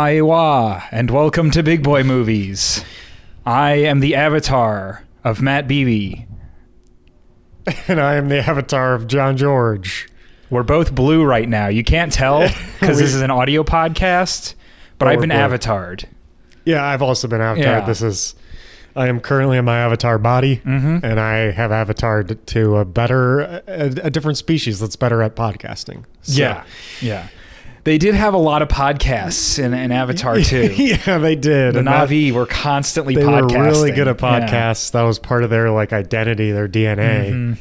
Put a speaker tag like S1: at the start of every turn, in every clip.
S1: Maiwa, and welcome to Big Boy Movies. I am the avatar of Matt Beebe.
S2: And I am the avatar of John George.
S1: We're both blue right now. You can't tell because this is an audio podcast, but
S2: Or
S1: I've been
S2: blue.
S1: avatared.
S2: Yeah, I've also been avatared.
S1: Yeah.
S2: This is, I am currently in my avatar body,
S1: Mhm.
S2: and I have avatared to a better, a, a different species that's better at podcasting. So-
S1: Yeah. Yeah. They did have a lot of podcasts in, in Avatar too.
S2: yeah, they did.
S1: the
S2: and that-
S1: Navi were constantly
S2: they were
S1: podcasting.
S2: really good at
S1: Yeah.
S2: podcasts. That was part of their like identity, their DNA.
S1: Mhm.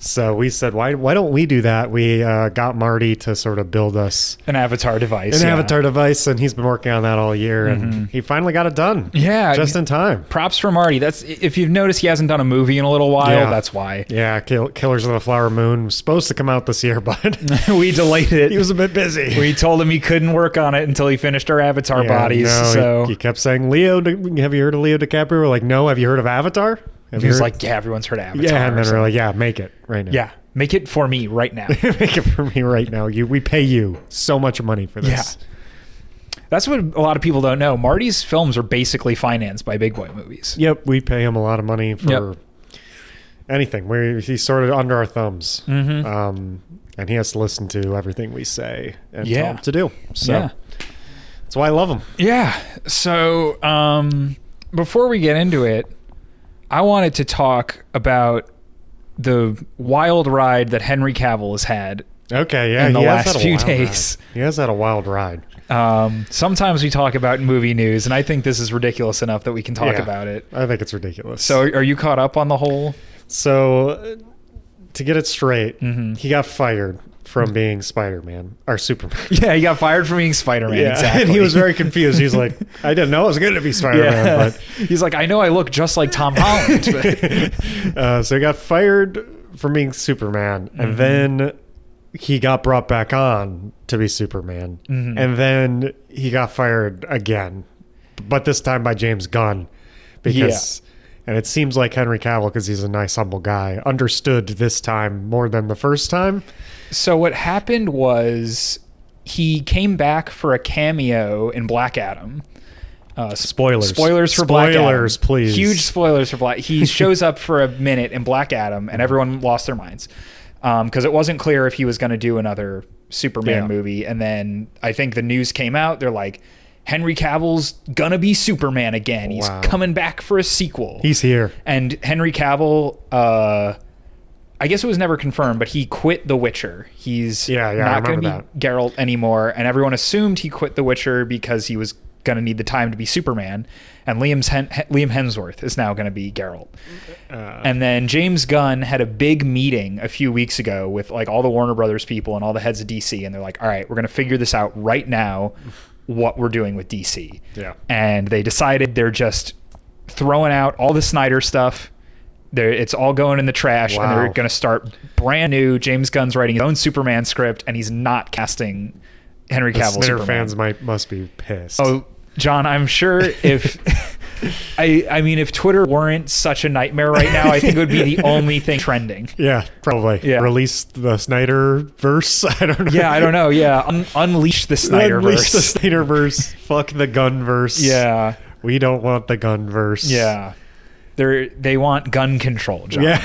S2: So we said, why why don't we do that? We uh, got Marty to sort of build us
S1: An avatar device.
S2: an
S1: yeah. Mm-hmm.
S2: avatar device, and he's been working on that all year, and he finally got it done.
S1: Yeah.
S2: just in time.
S1: Props for Marty. That's if you've noticed he hasn't done a movie in a little while,
S2: Yeah.
S1: that's why.
S2: Yeah, Kill- Killers of the Flower Moon was supposed to come out this year, but
S1: we delayed it.
S2: he was a bit busy.
S1: we told him he couldn't work on it until he finished our avatar
S2: Yeah,
S1: bodies.
S2: no, he-
S1: so
S2: he, kept saying, "Leo, Di- have you heard of Leo DiCaprio?" We're like, "No, have you heard of Avatar?" Have
S1: he
S2: you
S1: was
S2: heard-"
S1: like, "Yeah, everyone's heard of Avatar."
S2: "Yeah," and
S1: or
S2: then we're
S1: something.
S2: like, "Yeah, make it right now.
S1: "Yeah, make it for me right now."
S2: make it for me right now. You, we pay you so much money for this."
S1: Yeah. That's what a lot of people don't know. Marty's films are basically financed by big boy movies.
S2: Yep, we pay him a lot of money for
S1: Yep.
S2: anything. We're, he's sort of under our thumbs,
S1: Mhm.
S2: um, and he has to listen to everything we say and
S1: Yeah.
S2: tell him to do. So
S1: Yeah.
S2: that's why I love him.
S1: Yeah. So um, before we get into it, I wanted to talk about the wild ride that Henry Cavill has had.
S2: Okay, yeah,
S1: in the
S2: he has
S1: last
S2: had a
S1: few
S2: wild ride.
S1: days.
S2: He has had a wild ride.
S1: Um, sometimes we talk about movie news, and I think this is ridiculous enough that we can talk
S2: Yeah.
S1: about it.
S2: I think it's ridiculous.
S1: So, are you caught up on the whole?
S2: so uh, to get it straight,
S1: Mhm.
S2: he got fired from being Spider-Man or Superman.
S1: Yeah, he got fired from being Spider Man. Exactly.
S2: and he was very confused. He's like, I didn't know I was going to be Spider-Man,
S1: yeah.
S2: but
S1: He's like, I know I look just like Tom Holland. but-
S2: uh, so he got fired from being Superman, and then he got brought back on to be Superman,
S1: Mhm.
S2: and then he got fired again, but this time by James Gunn because. And it seems like Henry Cavill, because he's a nice, humble guy, understood this time more than the first time.
S1: so, what happened was he came back for a cameo in Black Adam. Uh, sp-
S2: Spoilers.
S1: Spoilers for Black Adam.
S2: Spoilers, please.
S1: Huge spoilers for Black. He shows up for a minute in Black Adam, and everyone lost their minds because it wasn't clear if he was going to do another Superman
S2: Yeah.
S1: movie. And then I think the news came out. They're like, Henry Cavill's gonna be Superman again. He's
S2: Wow.
S1: coming back for a sequel.
S2: He's here.
S1: and Henry Cavill. Uh, I guess it was never confirmed, but he quit The Witcher. He's
S2: Yeah, yeah, I
S1: not going to be
S2: remember
S1: Geralt anymore, and everyone assumed he quit The Witcher because he was going to need the time to be Superman. And Liam's Hen- Liam Hemsworth is now going to be Geralt.
S2: Uh,
S1: And then James Gunn had a big meeting a few weeks ago with like all the Warner Brothers people and all the heads of DC, and they're like, "All right, we're going to figure this out right now, what we're doing with DC."
S2: Yeah.
S1: And they decided they're just throwing out all the Snyder stuff. They're, it's all going in the trash, and they're
S2: Wow.
S1: going to start brand new. James Gunn's writing his own Superman script, and he's not casting Henry
S2: The
S1: Cavill.
S2: Snyder
S1: Superman.
S2: fans might must be pissed.
S1: Oh, John, I'm sure if I I mean if Twitter weren't such a nightmare right now, I think it would be the only thing trending.
S2: Yeah, probably.
S1: Yeah.
S2: Release the Snyder verse. I don't know.
S1: Yeah, I don't know. Yeah, un- unleash the Snyderverse.
S2: Unleash the Snyder verse. Fuck the gun verse.
S1: yeah,
S2: We don't want the gun verse.
S1: yeah. They they want gun control, John.
S2: Yeah.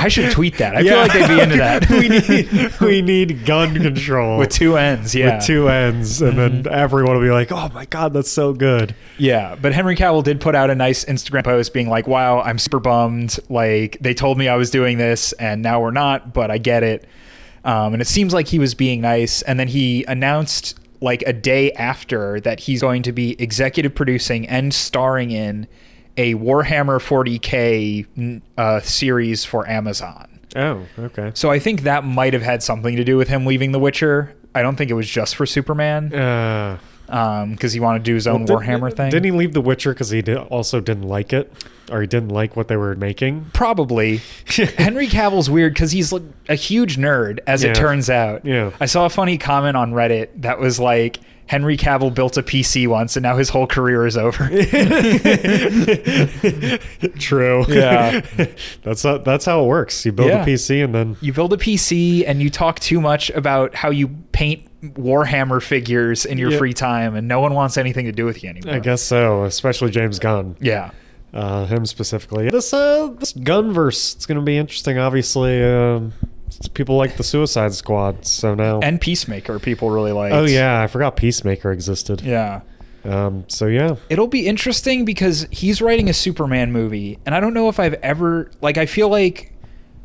S1: I should tweet that. I feel like they'd be into that.
S2: we need we need gun control.
S1: with two ends. Yeah, Mm-hmm.
S2: With two ends, and then everyone will be like, "Oh my god, that's so good."
S1: Yeah, but Henry Cavill did put out a nice Instagram post being like, "Wow, I'm super bummed. Like they told me I was doing this, and now we're not, but I get it." Um, and it seems like he was being nice. And then he announced like a day after that he's going to be executive producing and starring in a Warhammer 40k n- uh, series for Amazon.
S2: Oh, okay.
S1: So I think that might have had something to do with him leaving The Witcher. I don't think it was just for Superman
S2: Uh,
S1: because he wanted to do his own
S2: did-
S1: Warhammer thing.
S2: Didn't he leave The Witcher because he did, also didn't like it, or he didn't like what they were making?
S1: Probably. Henry Cavill's weird because he's like a huge nerd, as
S2: Yeah.
S1: it turns out.
S2: Yeah.
S1: I saw a funny comment on Reddit that was like, Henry Cavill built a PC once and now his whole career is over.
S2: True.
S1: Yeah.
S2: that's how, that's how it works. You build
S1: Yeah.
S2: a PC and then
S1: you build a PC and you talk too much about how you paint Warhammer figures in your
S2: Yeah.
S1: free time, and no one wants anything to do with you anymore.
S2: I guess so, especially James Gunn.
S1: Yeah.
S2: uh, him specifically. This uh, this Gunverse, it's going to be interesting. Obviously, um, it's- people like the Suicide Squad, so now.
S1: And Peacemaker, people really like.
S2: oh yeah, I forgot Peacemaker existed.
S1: Yeah.
S2: Um, so yeah,
S1: It'll be interesting because he's writing a Superman movie, and I don't know if I've ever like I feel like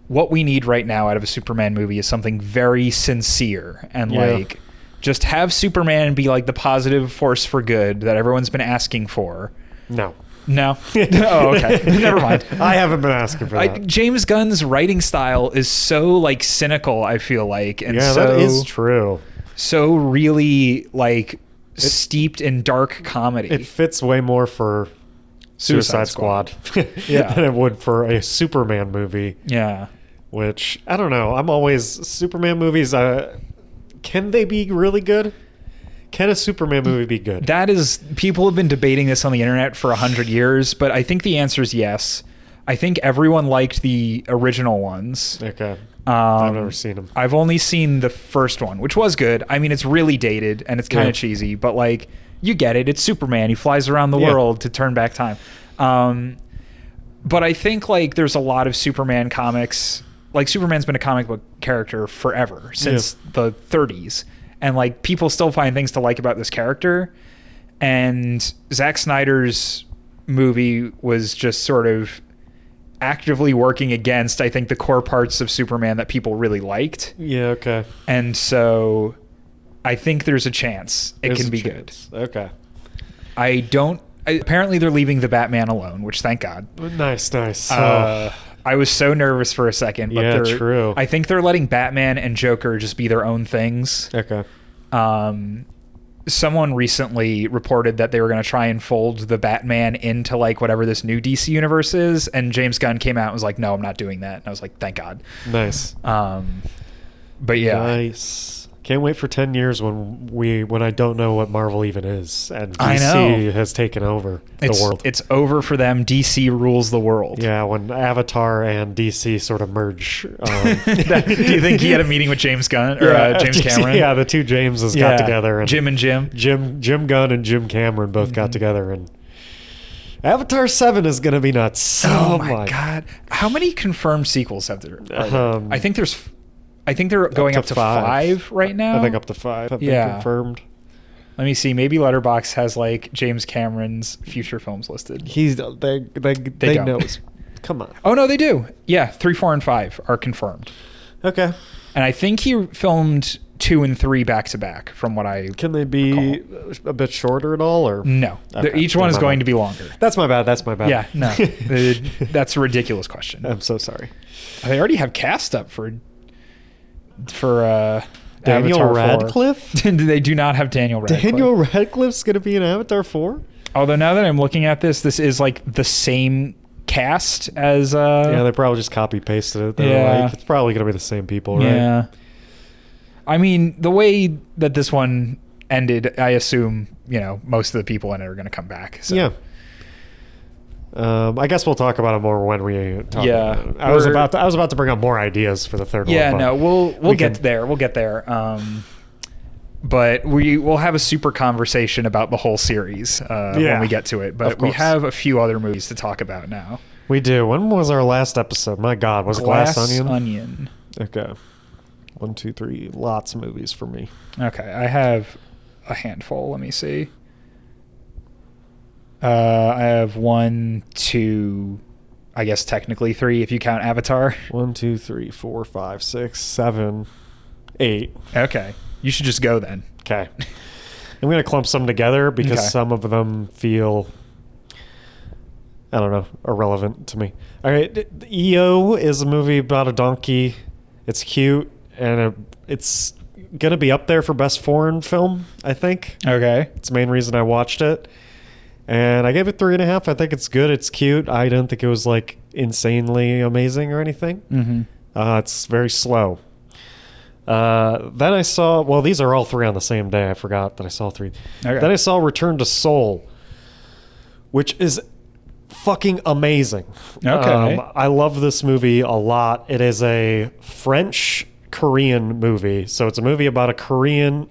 S1: what we need right now out of a Superman movie is something very sincere and
S2: Yeah.
S1: like just have Superman be like the positive force for good that everyone's been asking for.
S2: no.
S1: No. oh, okay. Never mind.
S2: I haven't been asking for
S1: I,
S2: that.
S1: James Gunn's writing style is so like cynical, I feel like, and
S2: yeah,
S1: so
S2: that is true.
S1: so really like steeped in dark comedy.
S2: It fits way more for Suicide,
S1: Suicide
S2: Squad,
S1: Yeah.
S2: than it would for a Superman movie.
S1: yeah.
S2: Which I don't know. I'm always Superman movies. Uh, can they be really good? Can a Superman movie be good?
S1: That is, people have been debating this on the internet for a hundred years, but I think the answer is yes. I think everyone liked the original ones.
S2: okay.
S1: Um,
S2: I've never seen them.
S1: I've only seen the first one, which was good. I mean, it's really dated and it's kind of
S2: Yeah.
S1: cheesy, but like you get it. It's Superman. He flies around the
S2: Yeah.
S1: world to turn back time. Um, but I think like there's a lot of Superman comics. Like Superman's been a comic book character forever since the 30s, and like people still find things to like about this character. And Zack Snyder's movie was just sort of actively working against, I think, the core parts of Superman that people really liked.
S2: Yeah, okay.
S1: And so I think there's a chance it can be
S2: good. Okay.
S1: good. I don't. I, apparently, they're leaving the Batman alone, which thank God.
S2: Nice, nice. Oh,
S1: Uh, I was so nervous for a second, but
S2: Yeah,
S1: they're,
S2: true.
S1: I think they're letting Batman and Joker just be their own things.
S2: okay.
S1: Um, someone recently reported that they were going to try and fold the Batman into like whatever this new DC universe is, and James Gunn came out and was like, "No, I'm not doing that." And I was like, "Thank God."
S2: Nice.
S1: Um, but yeah,
S2: Nice. Can't wait for 10 years when we when I don't know what Marvel even is and DC
S1: I know.
S2: has taken over
S1: it's
S2: the world.
S1: it's over for them. DC rules the world.
S2: yeah, when Avatar and DC sort of merge. Um,
S1: That- do you think he had a meeting with James Gunn or uh, James Cameron?
S2: Yeah, the two Jameses
S1: Yeah.
S2: got together and
S1: Jim and Jim. Mm-hmm.
S2: Jim Jim Gunn and Jim Cameron both got together and Avatar 7 is going to be nuts.
S1: Oh, my god! How many confirmed sequels have there? are there?
S2: Um,
S1: I think there's, f- I think they're going up to, five. right now.
S2: I think up to five have
S1: Yeah.
S2: been confirmed.
S1: Let me see. Maybe Letterbox has like James Cameron's future films listed.
S2: He's they they they,
S1: don't.
S2: know. Come on.
S1: Oh no, they do. Yeah, three, four, and five are confirmed,
S2: Okay.
S1: and I think he filmed two and three back to back. From what I
S2: Can they be a bit shorter at all? Or
S1: no, They're-
S2: Okay.
S1: each one is
S2: Never
S1: going
S2: mind.
S1: to be longer.
S2: That's my bad. That's my bad.
S1: Yeah, no, Uh, that's a ridiculous question.
S2: I'm so sorry.
S1: They already have cast up for for uh,
S2: Daniel
S1: Avatar 4.
S2: Radcliffe?
S1: they do not have Daniel Radcliffe.
S2: Daniel Radcliffe's gonna be in Avatar Four.
S1: Although now that I'm looking at this, this is like the same cast as uh,
S2: yeah, they probably just copy pasted it. They're
S1: Yeah.
S2: like, it's probably gonna be the same people, right?
S1: Yeah. I mean, the way that this one ended, I assume, you know, most of the people in it are going to come back. So.
S2: Yeah. Um, I guess we'll talk about it more when we talk.
S1: Yeah.
S2: about it. I was
S1: We're-
S2: about to, I was about to bring up more ideas for the third
S1: Yeah,
S2: one. but
S1: no, we'll we'll
S2: we
S1: get
S2: can-
S1: there. We'll get there. Um but we will have a super conversation about the whole series uh,
S2: Yeah.
S1: when we get to it.
S2: Of
S1: But we
S2: course.
S1: have a few other movies to talk about now.
S2: We do. When was our last episode? My God, was it Glass Onion?
S1: Onion.
S2: Okay. One, two, three. Lots of movies for me.
S1: Okay, I have a handful. Let me see. Uh, I have one, two, I guess technically three if you count Avatar.
S2: One, two, three, four, five, six, seven, eight.
S1: Okay, you should just go then.
S2: Okay. I'm going to clump some together because
S1: Okay.
S2: some of them feel, I don't know, irrelevant to me. All right. d- d- EO is a movie about a donkey. It's cute and uh it's going to be up there for best foreign film, I think.
S1: Okay.
S2: It's the main reason I watched it. And I gave it three and a half. I think it's good. It's cute. I didn't think it was like insanely amazing or anything.
S1: Mm-hmm.
S2: Uh, it's very slow. Uh, then I saw, well, these are all three on the same day. I forgot that I saw three.
S1: Okay.
S2: Then I saw Return to Seoul, which is fucking amazing. Um,
S1: Okay.
S2: I love this movie a lot. It is a French Korean movie. So it's a movie about a Korean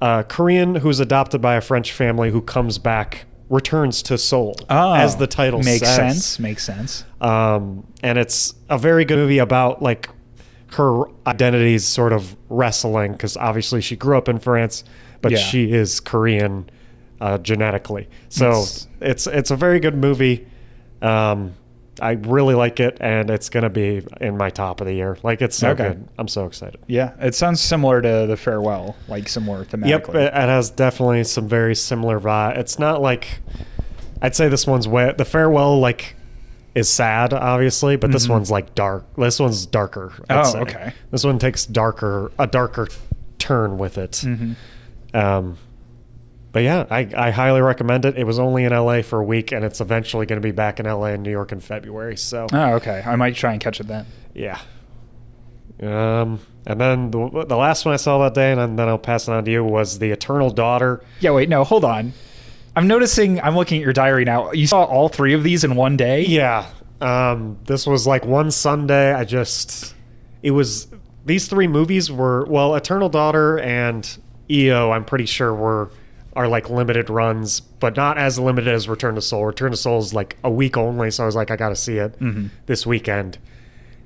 S2: a Korean who's adopted by a French family who comes back, returns to Seoul,
S1: Oh,
S2: as the title
S1: makes
S2: says.
S1: sense. Makes sense.
S2: Um, and it's a very good movie about like her identities sort of wrestling because obviously she grew up in France, but
S1: Yeah.
S2: she is Korean uh, genetically. So
S1: It's-
S2: it's it's a very good movie. Um, I really like it, and it's gonna be in my top of the year. Like it's so
S1: Okay.
S2: good. I'm so excited.
S1: Yeah, it sounds similar to the farewell, like similar
S2: Yep,
S1: thematically.
S2: it, it has definitely some very similar vibe. It's not like I'd say this one's wet. The farewell like is sad, obviously, but this
S1: Mhm.
S2: one's like dark. This one's darker. I'd
S1: Oh,
S2: say.
S1: okay.
S2: This one takes darker a darker turn with it.
S1: Mhm.
S2: Um, but yeah, I, I highly recommend it. It was only in LA for a week, and it's eventually going to be back in LA and New York in February. So
S1: Oh, okay. I might try and catch it then.
S2: yeah. Um, and then the, the last one I saw that day, and then I'll pass it on to you, was The Eternal Daughter.
S1: Yeah, wait, no, hold on. I'm noticing. I'm looking at your diary now. You saw all three of these in one day.
S2: Yeah. Um, this was like one Sunday. I just, it was, these three movies were, well, Eternal Daughter and EO, I'm pretty sure were, are like limited runs, but not as limited as Return to Soul. Return to Soul is like a week only. So I was like, I got to see it
S1: Mm-hmm.
S2: this weekend.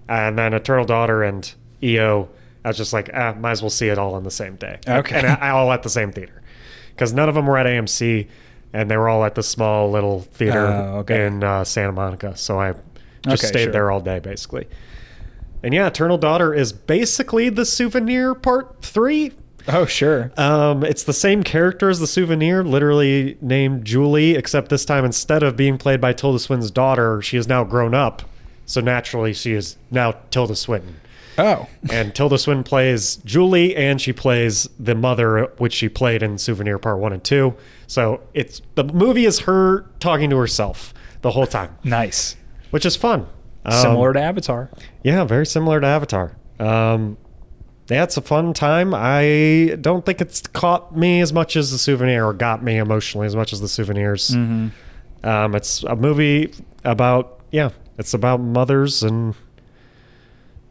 S2: And then Eternal Daughter and EO, I was just like, ah, might as well see it all on the same day.
S1: Okay.
S2: And I, all at the same theater. Because none of them were at AMC and they were all at the small little theater
S1: Oh, okay.
S2: in uh, Santa Monica. So I just
S1: Okay,
S2: stayed
S1: sure.
S2: there all day, basically. And yeah, Eternal Daughter is basically the souvenir part three.
S1: Oh, sure.
S2: Um, it's the same character as the souvenir, literally named Julie, except this time instead of being played by Tilda Swinton's daughter, she is now grown up. So naturally, she is now Tilda Swinton.
S1: Oh,
S2: And Tilda Swinton plays Julie, and she plays the mother, which she played in Souvenir Part One and Two. So it's the movie is her talking to herself the whole time,
S1: nice.
S2: which is fun. Um,
S1: Similar to Avatar.
S2: yeah, very similar to Avatar. Um, yeah, it's a fun time. I don't think it's caught me as much as the souvenir, or got me emotionally as much as the souvenirs.
S1: Mm-hmm.
S2: Um, it's a movie about yeah, it's about mothers and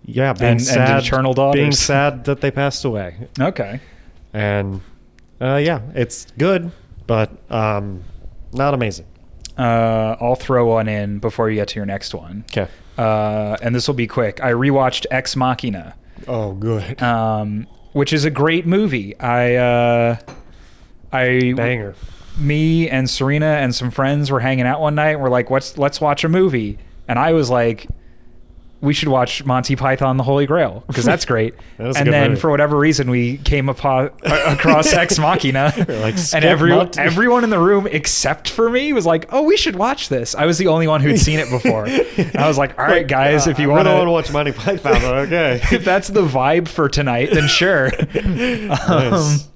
S2: yeah, being
S1: And- and
S2: sad,
S1: eternal
S2: being
S1: daughters.
S2: sad that they passed away,
S1: Okay.
S2: and uh, yeah, it's good, but um, not amazing.
S1: Uh, I'll throw one in before you get to your next one.
S2: Okay.
S1: Uh, and this will be quick. I rewatched Ex Machina.
S2: Oh, good
S1: um, which is a great movie. I uh, I
S2: banger.
S1: me and Serena and some friends were hanging out one night. And we're like, "What's let's watch a movie?" And I was like, "We should watch Monty Python and the Holy Grail because that's great."
S2: That is a
S1: and
S2: good
S1: then
S2: movie.
S1: for whatever reason, we came upon, a- across Ex Machina,
S2: You're like, "Skip
S1: and everyone
S2: Monty."
S1: everyone in the room except for me was like, "Oh, we should watch this." I was the only one who'd seen it before. And I was like, "All right, guys,
S2: Uh,
S1: if you
S2: I really
S1: want
S2: wanna watch Monty Python, but okay.
S1: if that's the vibe for tonight, then sure. um,
S2: Nice.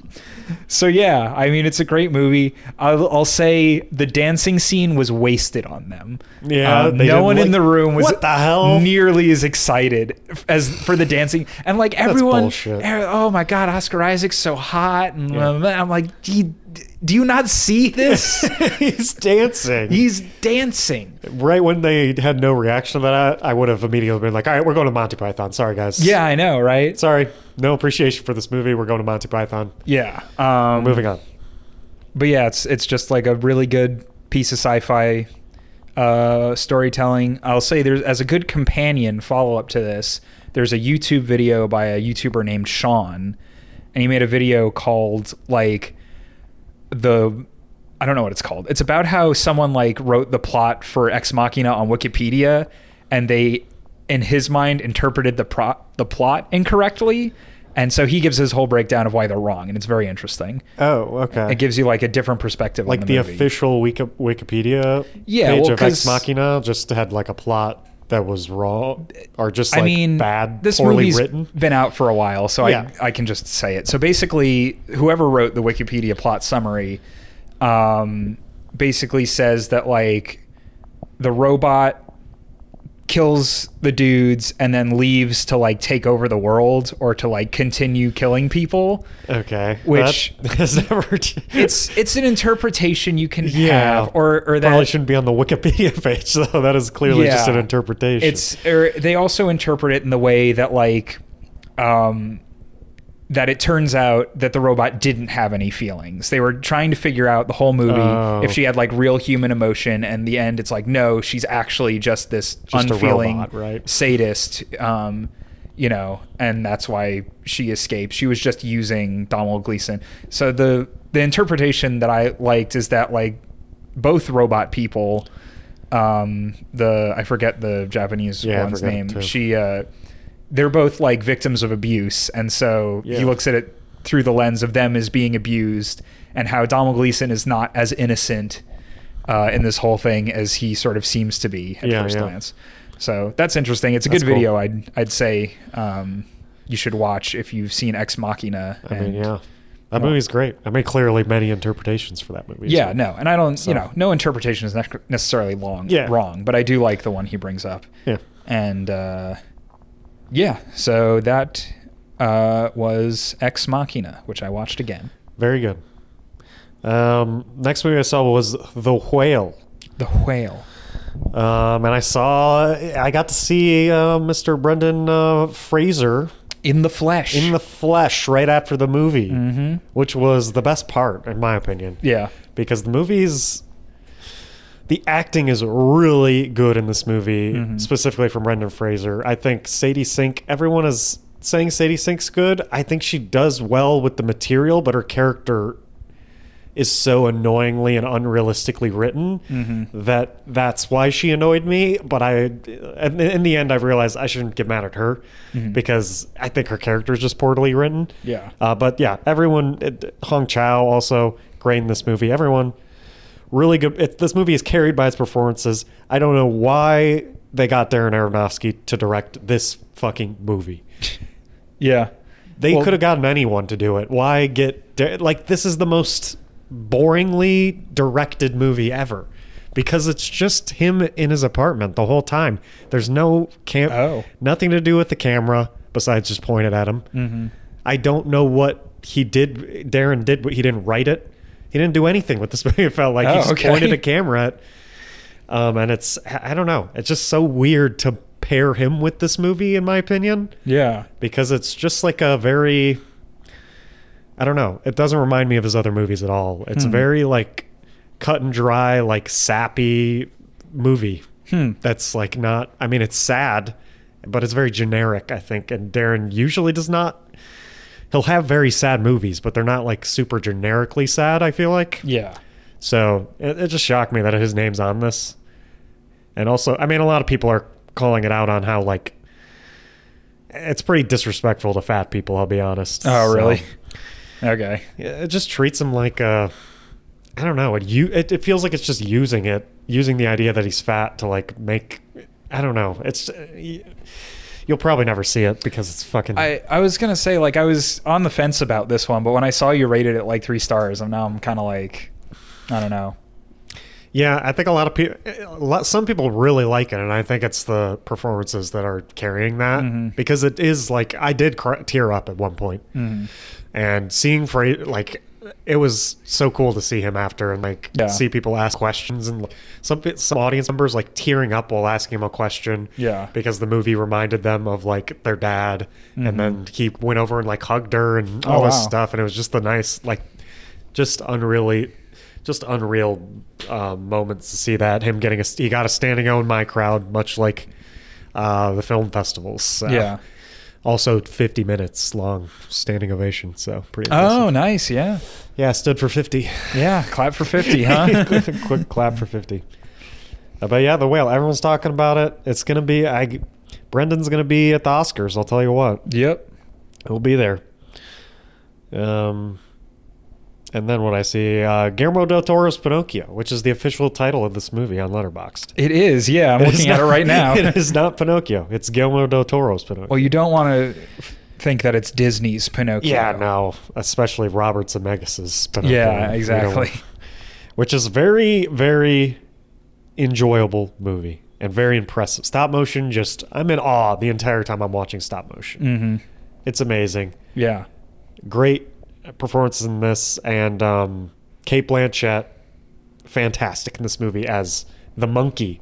S1: so yeah, I mean, it's a great movie. I'll, I'll say the dancing scene was wasted on them.
S2: Yeah,
S1: Um,
S2: they
S1: no
S2: didn't
S1: one in
S2: like-
S1: the room was
S2: What the hell?
S1: nearly as excited f- as for the dancing, and like everyone.
S2: bullshit.
S1: er- Oh my god, Oscar Isaac's so hot, and uh, I'm like, do you, do you not see this?
S2: He's dancing.
S1: He's dancing.
S2: right when they had no reaction to that, I would have immediately been like, "All right, we're going to Monty Python." Sorry, guys.
S1: Yeah, I know, right?
S2: Sorry, no appreciation for this movie. We're going to Monty Python.
S1: yeah. Um,
S2: Moving on.
S1: but yeah, it's it's just like a really good piece of sci-fi uh, storytelling. I'll say there's as a good companion follow-up to this. There's a YouTube video by a YouTuber named Sean, and he made a video called like the I don't know what it's called. It's about how someone like wrote the plot for Ex Machina on Wikipedia, and they, in his mind, interpreted the pro- the plot incorrectly, and so he gives his whole breakdown of why they're wrong, and it's very interesting
S2: Oh, okay.
S1: it gives you like a different perspective
S2: like
S1: on
S2: the,
S1: the, movie.
S2: official Wiki- Wikipedia
S1: Yeah,
S2: page
S1: well,
S2: of Ex
S1: 'cause-
S2: Machina just had like a plot that was wrong or just like
S1: I mean,
S2: bad,
S1: this
S2: poorly
S1: movie's
S2: written.
S1: been out for a while, so
S2: Yeah.
S1: I I can just say it. So basically, whoever wrote the Wikipedia plot summary, um, basically says that like the robot kills the dudes and then leaves to like take over the world or to like continue killing people.
S2: Okay,
S1: Which-
S2: that has never.
S1: It's it's an interpretation you can
S2: yeah,
S1: have, or or that
S2: probably shouldn't be on the Wikipedia page though. That is clearly just
S1: Yeah. er,
S2: an interpretation.
S1: It's or they also interpret it in the way that like um that it turns out that the robot didn't have any feelings. They were trying to figure out the whole movie
S2: Oh.
S1: if she had like real human emotion, and the end it's like no, she's actually just this
S2: Just a
S1: unfeeling
S2: robot, right?
S1: sadist. Um, you know, and that's why she escaped. She was just using Donald Gleason. So the the interpretation that I liked is that like both robot people, um, the I forget the Japanese
S2: Yeah, I
S1: one's
S2: forget it
S1: name.
S2: too.
S1: She, uh, they're both like victims of abuse, and so
S2: Yeah.
S1: he looks at it through the lens of them as being abused and how Donald Gleason is not as innocent uh, in this whole thing as he sort of seems to be at
S2: Yeah,
S1: first
S2: yeah.
S1: glance. So that's interesting. It's a
S2: That's
S1: good
S2: cool.
S1: video. I'd I'd say um, you should watch if you've seen Ex Machina.
S2: I mean,
S1: and-
S2: yeah. That
S1: well-
S2: movie's great. I mean, clearly many interpretations for that movie. as
S1: Yeah,
S2: well.
S1: no, and I don't,
S2: So-
S1: you know, no interpretation is nec- necessarily long,
S2: Yeah.
S1: wrong, but I do like the one he brings up.
S2: Yeah.
S1: And uh, yeah, so that uh, was Ex Machina, which I watched again.
S2: Very good. Um, next movie I saw was The Whale.
S1: The Whale.
S2: Um, and I saw, I got to see uh, Mr. Brendan uh, Fraser
S1: In the flesh.
S2: in the flesh right after the movie,
S1: Mhm.
S2: which was the best part, in my opinion.
S1: Yeah.
S2: Because the movie's. The acting is really good in this movie,
S1: Mhm.
S2: specifically from Brendan Fraser. I think Sadie Sink, everyone is saying Sadie Sink's good. I think she does well with the material, but her character is so annoyingly and unrealistically written
S1: Mhm.
S2: that that's why she annoyed me. But I, in, in the end, I realized I shouldn't get mad at her
S1: Mhm.
S2: because I think her character is just poorly written.
S1: Yeah.
S2: Uh, but yeah, everyone, it, Hong Chow also great in this movie. Everyone really good. It, this movie is carried by its performances. I don't know why they got Darren Aronofsky to direct this fucking movie.
S1: Yeah.
S2: They
S1: Well-
S2: could have gotten anyone to do it. Why get Dar- like this is the most boringly directed movie ever because it's just him in his apartment the whole time. There's no cam
S1: Oh.
S2: nothing to do with the camera besides just point it at him.
S1: Mm-hmm.
S2: I don't know what he did. Darren did, but he didn't write it. He didn't do anything with this movie. It felt like
S1: Oh,
S2: he just
S1: okay.
S2: pointed a camera at. Um, and it's I don't know. It's just so weird to pair him with this movie, in my opinion,
S1: Yeah.
S2: because it's just like a very. I don't know. It doesn't remind me of his other movies at all. It's
S1: Hmm.
S2: very like cut and dry, like sappy movie
S1: Hmm.
S2: that's like not i mean it's sad but it's very generic i think and darren usually does not he'll have very sad movies but they're not like super generically sad i feel like
S1: Yeah.
S2: so it, it just shocked me that his name's on this and also i mean a lot of people are calling it out on how like it's pretty disrespectful to fat people i'll be honest
S1: Oh,
S2: So,
S1: really? Okay.
S2: yeah, it just treats him like a I don't know. It you it, it feels like it's just using it, using the idea that he's fat to like make I don't know. It's uh, y- you'll probably never see it because it's fucking
S1: I, I was gonna say like I was on the fence about this one, but when I saw you rated it like three stars, and now I'm kind of like, I don't know.
S2: Yeah, I think a lot of people lot, some people really like it and I think it's the performances that are carrying that
S1: Mhm.
S2: because it is like I did cr- tear up at one point.
S1: Mm.
S2: and seeing Fra like it was so cool to see him after and like
S1: Yeah.
S2: see people ask questions and like, some pe- some audience members like tearing up while asking him a question
S1: Yeah.
S2: because the movie reminded them of like their dad
S1: Mhm.
S2: and then he went over and like hugged her and all this
S1: Oh, wow.
S2: stuff and it was just the nice like just unreally just unreal uh, moments to see that him getting a he got a standing O in my crowd much like uh, the film festivals so
S1: Yeah.
S2: also 50 minutes long standing ovation so pretty impressive.
S1: Oh, nice. Yeah.
S2: yeah stood for 50
S1: Yeah. Clap for 50, huh?
S2: quick, quick clap for 50 Uh, but yeah the whale everyone's talking about it it's gonna be i g- brendan's gonna be at the oscars i'll tell you what
S1: Yep.
S2: he'll be there um and then what i see uh guillermo del toro's pinocchio which is the official title of this movie on letterboxd
S1: It is. Yeah. I'm
S2: It is
S1: looking at
S2: not-
S1: it right now.
S2: it is not pinocchio it's guillermo del toro's pinocchio
S1: Well, you don't want to think that it's Disney's Pinocchio.
S2: Yeah, no, especially Robert Zemeckis's Pinocchio. You
S1: Yeah,
S2: know,
S1: exactly.
S2: which is very, very enjoyable movie and very impressive. Stop motion, just I'm in awe the entire time I'm watching stop motion.
S1: hmm
S2: It's amazing.
S1: Yeah.
S2: Great performances in this, and um, Kate Blanchett, fantastic in this movie as the monkey.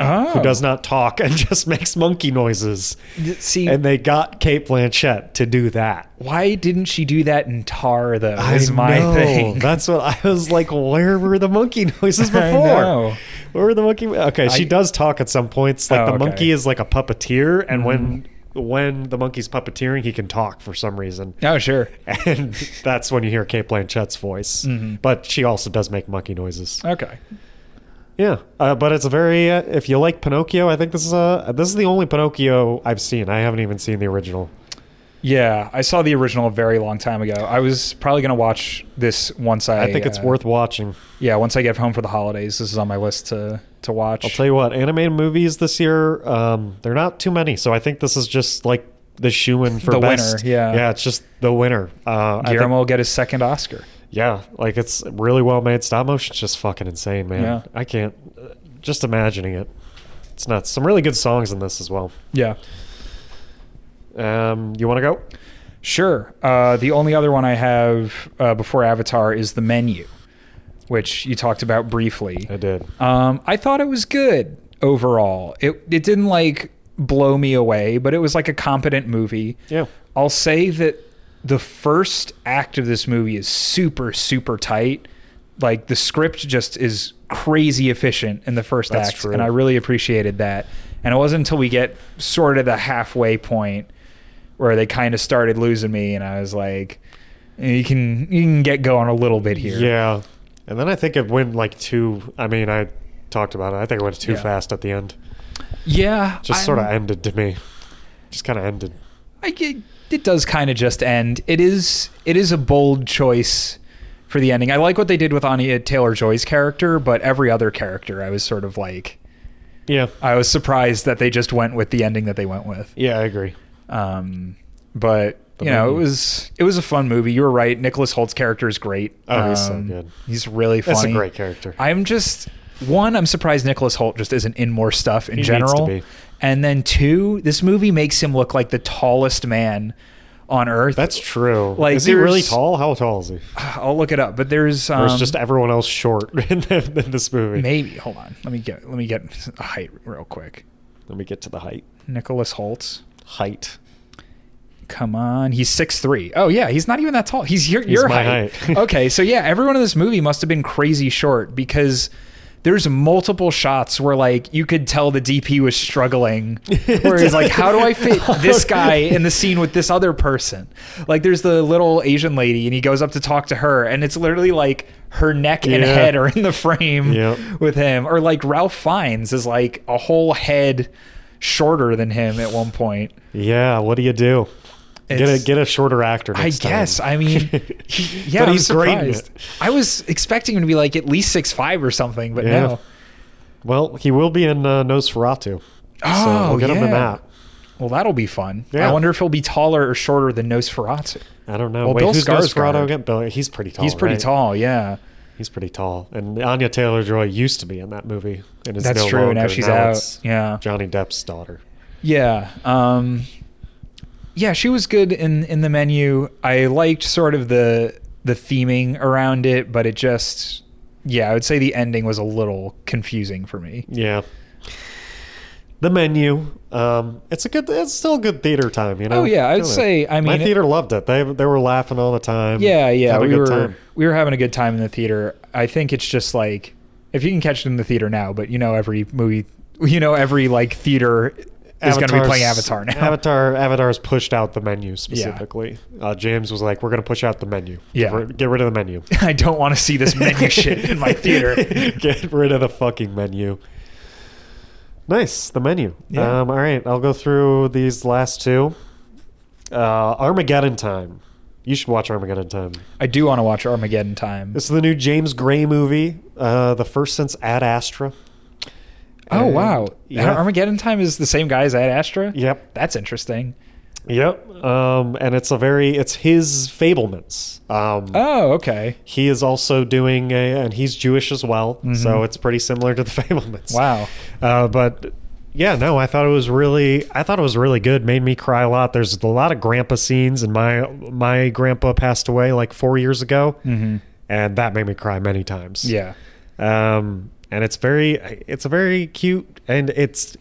S1: Oh.
S2: who does not talk and just makes monkey noises.
S1: See,
S2: And they got Kate Blanchett to do that.
S1: why didn't she do that in Tar though? Is my
S2: know.
S1: thing.
S2: That's what I was like. Where were the monkey noises before?
S1: I know.
S2: Where were the monkey? Okay, she
S1: I-
S2: does talk at some points. Like
S1: Oh,
S2: the
S1: okay. Mm-hmm.
S2: monkey is like a puppeteer, and when when the monkey's puppeteering, he can talk for some reason,
S1: Oh sure.
S2: and that's when you hear Kate Blanchett's voice. But she also does make monkey noises.
S1: Mm-hmm. Okay.
S2: Yeah, uh, but it's a very. Uh, if you like Pinocchio, I think this is uh this is the only Pinocchio I've seen. I haven't even seen the original.
S1: Yeah, I saw the original a very long time ago. I was probably gonna watch this once I.
S2: I think it's
S1: uh,
S2: worth watching.
S1: Yeah, once I get home for the holidays, this is on my list to to watch.
S2: I'll tell you what, animated movies this year, um, they're not too many. So I think this is just like the shoe in for
S1: The winner,
S2: best.
S1: yeah.
S2: yeah, it's just the winner. Uh, I
S1: Guillermo
S2: think-
S1: will get his second Oscar.
S2: yeah, like it's really well made. Stop motion's just fucking insane, man.
S1: Yeah.
S2: I can't. Just imagining it, it's nuts. Some really good songs in this as well.
S1: Yeah.
S2: Um, you want to go?
S1: Sure. Uh, the only other one I have uh, before Avatar is the menu, which you talked about briefly.
S2: I did.
S1: Um, I thought it was good overall. It it didn't like blow me away, but it was like a competent movie.
S2: Yeah.
S1: I'll say that the first act of this movie is super super tight. Like the script just is crazy efficient in the first
S2: That's
S1: act,
S2: true.
S1: and I really appreciated that. And it wasn't until we get sort of the halfway point where they kind of started losing me, and I was like, "You can you can get going a little bit here."
S2: Yeah, and then I think it went like too. I mean, I talked about it. I think it went too
S1: Yeah.
S2: fast at the end.
S1: yeah.
S2: Just sort of
S1: I'm-
S2: ended to me. Just kind of ended.
S1: I get, it does kind of just end. It is it is a bold choice for the ending. I like what they did with Anya Taylor Joy's character, but every other character, I was sort of like
S2: Yeah.
S1: I was surprised that they just went with the ending that they went with.
S2: Yeah, I agree.
S1: Um, but
S2: The
S1: you know,
S2: movie.
S1: it was it was a fun movie. You were right. Nicholas Holt's character is great. Um,
S2: Oh, he's so good.
S1: He's really funny.
S2: That's a great character.
S1: I'm just one. I'm surprised Nicholas Holt just isn't in more stuff in
S2: He needs to
S1: general.
S2: be.
S1: And then two, this movie makes him look like the tallest man on earth.
S2: That's true.
S1: Like,
S2: is he really
S1: there's-
S2: tall? How tall is he?
S1: I'll look it up. But there's um,
S2: Or is just everyone else short in, th- in this movie?
S1: maybe. Hold on. Let me get let me get a height real quick.
S2: Let me get to the height.
S1: Nicholas Holt.
S2: Height.
S1: Come on, he's six three. Oh yeah, he's not even that tall. He's your, your
S2: my
S1: height.
S2: height.
S1: okay, so yeah, everyone in this movie must have been crazy short because there's multiple shots where like you could tell the DP was struggling, where he's like, "How do I fit this guy in the scene with this other person?" Like there's the little Asian lady, and he goes up to talk to her, and it's literally like her neck and
S2: Yeah.
S1: head are in the frame
S2: Yep.
S1: with him, or like Ralph Fiennes is like a whole head shorter than him at one point.
S2: Yeah. What do you do? get
S1: It's-
S2: a get a shorter actor.
S1: I
S2: Next
S1: guess.
S2: Time.
S1: I mean, he- yeah,
S2: But
S1: I'm
S2: he's great in
S1: surprised.
S2: it.
S1: I was expecting him to be like at least six five or something, but
S2: Yeah.
S1: no.
S2: Well, he will be in uh, Nosferatu. so
S1: Oh,
S2: we'll get him in
S1: yeah.
S2: that.
S1: Well, that'll be fun.
S2: Yeah.
S1: I wonder if he'll be taller or shorter than Nosferatu.
S2: I don't know.
S1: Well,
S2: Wait,
S1: Bill
S2: who's
S1: Skarsgård.
S2: Nosferatu again? Bill, he's pretty tall.
S1: He's pretty
S2: right?
S1: tall. Yeah,
S2: He's pretty tall. And Anya Taylor Joy used to be in that movie. And is
S1: that's
S2: no
S1: true.
S2: Longer.
S1: Now she's
S2: it's
S1: out. Yeah,
S2: Johnny Depp's daughter.
S1: yeah, um, yeah. She was good in in the menu. I liked sort of the the theming around it, but it just yeah, I would say the ending was a little confusing for me.
S2: Yeah. The menu. Um, it's a good. It's still good theater time. You know.
S1: Oh, yeah, I'd
S2: Kinda.
S1: say- I
S2: my
S1: mean, it-
S2: theater loved it. They they were laughing all the time.
S1: Yeah, yeah,
S2: Had a
S1: we
S2: good
S1: were
S2: time.
S1: we were having a good time in the theater. I think it's just like if you can catch it in the theater now, but you know every movie, you know every like theater is going to be
S2: Avatar's-
S1: playing Avatar now.
S2: Avatar Avatar's pushed out the menu specifically. Uh, James was like, "We're going to push out the menu.
S1: Yeah.
S2: get rid, get rid of the menu.
S1: I don't want to see this menu shit in my theater.
S2: get rid of the fucking menu." Nice, the menu.
S1: Yeah.
S2: Um, all right, I'll go through these last two. Uh, Armageddon time. You should watch Armageddon time.
S1: I do want to watch Armageddon Time.
S2: This is the new James Gray movie, uh, the first since Ad Astra.
S1: Oh
S2: And-
S1: wow,
S2: yeah.
S1: Armageddon Time is the same guy as Ad Astra.
S2: Yep,
S1: that's interesting.
S2: yep. Um, and it's a very it's his Fablements. Um,
S1: Oh okay,
S2: He is also doing a, and he's Jewish as well, so it's pretty similar to the Fablements.
S1: wow.
S2: Uh, but yeah, no, I thought it was really, I thought it was really good. Made me cry a lot. There's a lot of grandpa scenes, and my my grandpa passed away like four years ago,
S1: Mm-hmm.
S2: and that made me cry many times.
S1: Yeah,
S2: Um, and it's very it's a very cute and it's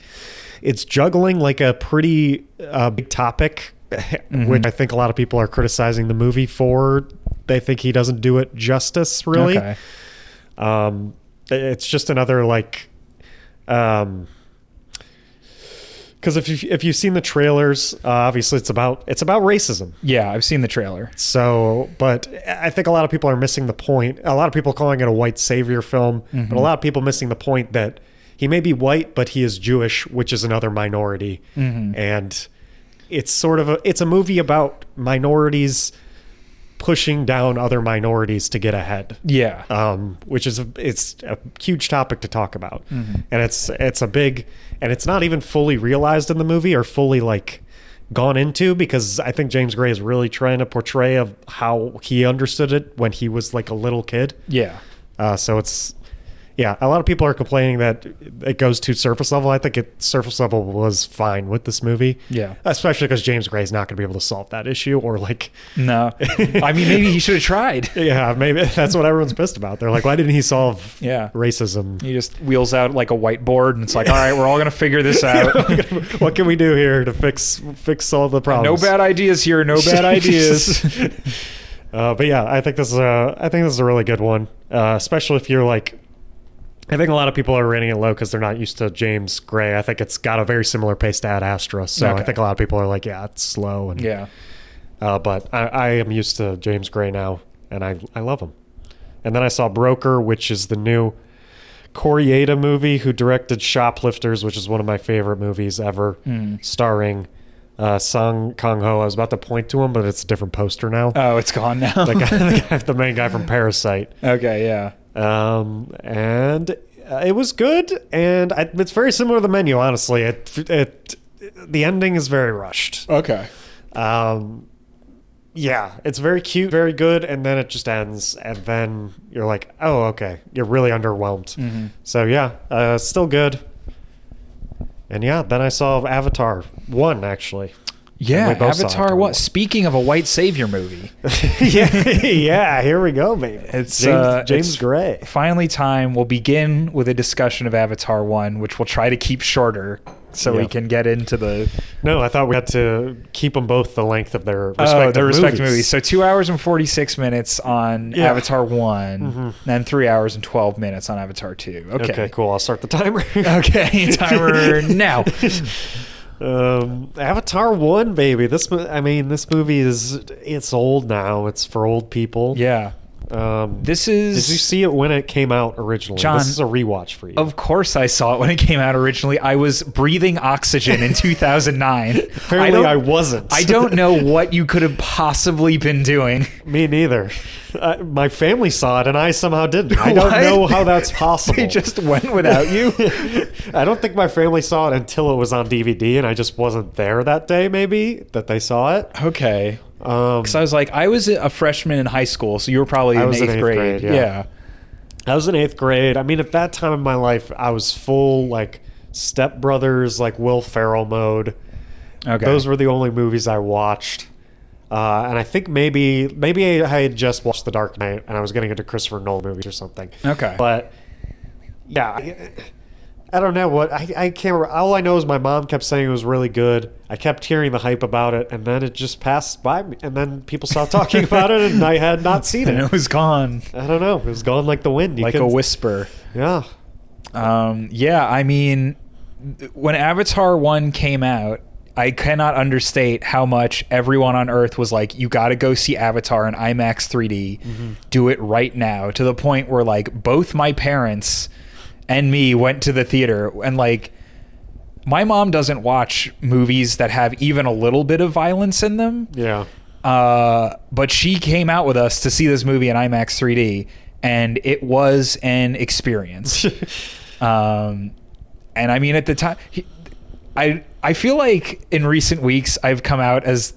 S2: it's juggling like a pretty uh, big topic which I think a lot of people are criticizing the movie for. They think he doesn't do it justice, really.
S1: Okay.
S2: Um, it's just another like, um, because if you if you've seen the trailers, uh, obviously it's about it's about racism.
S1: Yeah, I've seen the trailer.
S2: So, but I think a lot of people are missing the point. A lot of people calling it a white savior film, but a lot of people missing the point that he may be white, but he is Jewish, which is another minority. And it's sort of a it's a movie about minorities pushing down other minorities to get ahead.
S1: Yeah.
S2: Um, which is a, it's a huge topic to talk about, and it's it's a big and it's not even fully realized in the movie or fully like gone into because I think James Gray is really trying to portray of how he understood it when he was like a little kid.
S1: yeah.
S2: Uh, so it's yeah, a lot of people are complaining that it goes to surface level. I think it surface level was fine with this movie.
S1: Yeah.
S2: especially because James Gray's not going to be able to solve that issue or like.
S1: No. I mean, maybe he should have tried.
S2: Yeah, maybe that's what everyone's pissed about. They're like, why didn't he solve
S1: Yeah.
S2: racism?
S1: He just wheels out like a whiteboard and it's like, all right, we're all going to figure this out.
S2: what can we do here to fix fix all the
S1: no
S2: problems?
S1: bad ideas here. No bad ideas.
S2: uh, but yeah, I think this is a I think this is a really good one, uh, especially if you're like. I think a lot of people are rating it low because they're not used to James Gray. I think it's got a very similar pace to Ad Astra, so I
S1: Okay.
S2: think a lot of people are like, "Yeah, it's slow." And,
S1: yeah.
S2: uh, but I, I am used to James Gray now, and I I love him. And then I saw Broker, which is the new Coriata movie, who directed Shoplifters, which is one of my favorite movies ever,
S1: Hmm.
S2: starring uh, Sung Kang Ho. I was about to point to him, but it's a different poster now.
S1: Oh, it's gone now.
S2: the, guy, the guy, the main guy from Parasite.
S1: okay. Yeah.
S2: Um, and uh, it was good, and I, it's very similar to the menu. Honestly, it it the ending is very rushed.
S1: Okay.
S2: Um, yeah, it's very cute, very good, and then it just ends, and then you're like, oh, okay, you're really underwhelmed.
S1: Mm-hmm.
S2: So yeah, uh, still good. And yeah, then I saw Avatar one actually.
S1: Yeah.
S2: we both saw
S1: Avatar
S2: Avatar
S1: what?
S2: one.
S1: Speaking of a white savior movie,
S2: yeah, yeah, here we go, baby.
S1: It's,
S2: James,
S1: uh,
S2: James
S1: it's-
S2: Gray.
S1: finally time. We'll begin with a discussion of Avatar 1, which we'll try to keep shorter so we
S2: Yeah.
S1: can get into the
S2: No, I thought we had to keep them both the length of their
S1: Oh,
S2: respective
S1: the respective movies.
S2: movies.
S1: So two hours and forty six minutes on
S2: Yeah. Mm-hmm.
S1: Avatar one, then three hours and twelve minutes on Avatar two. Okay,
S2: okay, cool. I'll start the timer.
S1: Okay, timer now.
S2: Um, Avatar one, baby. This, mo- I mean, this movie is it's old now. It's for old people.
S1: Yeah,
S2: Um,
S1: this is.
S2: did you see it when it came out originally?
S1: John,
S2: this is a rewatch for you.
S1: Of course, I saw it when it came out originally. I was breathing oxygen in two thousand nine.
S2: Apparently, I, wasn't.
S1: I don't know what you could have possibly been doing.
S2: Me neither. Uh, my family saw it, and I somehow didn't. I don't
S1: What?
S2: know how that's possible.
S1: They just went without you.
S2: I don't think my family saw it until it was on DVD, and I just wasn't there that day. Maybe that they saw it.
S1: Okay.
S2: Um,
S1: So I was like, I was a freshman in high school, so you were probably in,
S2: was
S1: eighth,
S2: in eighth
S1: grade.
S2: grade, yeah.
S1: yeah.
S2: I was in eighth grade. I mean, at that time in my life, I was full like Step Brothers, like Will Ferrell mode.
S1: Okay.
S2: Those were the only movies I watched. Uh, and I think maybe maybe I had just watched The Dark Knight and I was getting into Christopher Nolan movies or something.
S1: Okay.
S2: But yeah, I, I don't know what I, I can't. Remember. All I know is my mom kept saying it was really good. I kept hearing the hype about it, and then it just passed by me. And then people stopped talking about it, and I had not seen
S1: and it
S2: it.
S1: was gone
S2: I don't know. It was gone like the wind. You
S1: like a
S2: couldn't-
S1: whisper.
S2: Yeah.
S1: Um, yeah, I mean, when Avatar 1 came out, I cannot understate how much everyone on earth was like, you got to go see Avatar in IMAX 3D. Do it right now. To the point where, like, both my parents and me went to the theater and, like, my mom doesn't watch movies that have even a little bit of violence in them.
S2: Yeah.
S1: Uh, but she came out with us to see this movie in IMAX 3D, and it was an experience. um, and I mean, at the time, he- I I feel like in recent weeks I've come out as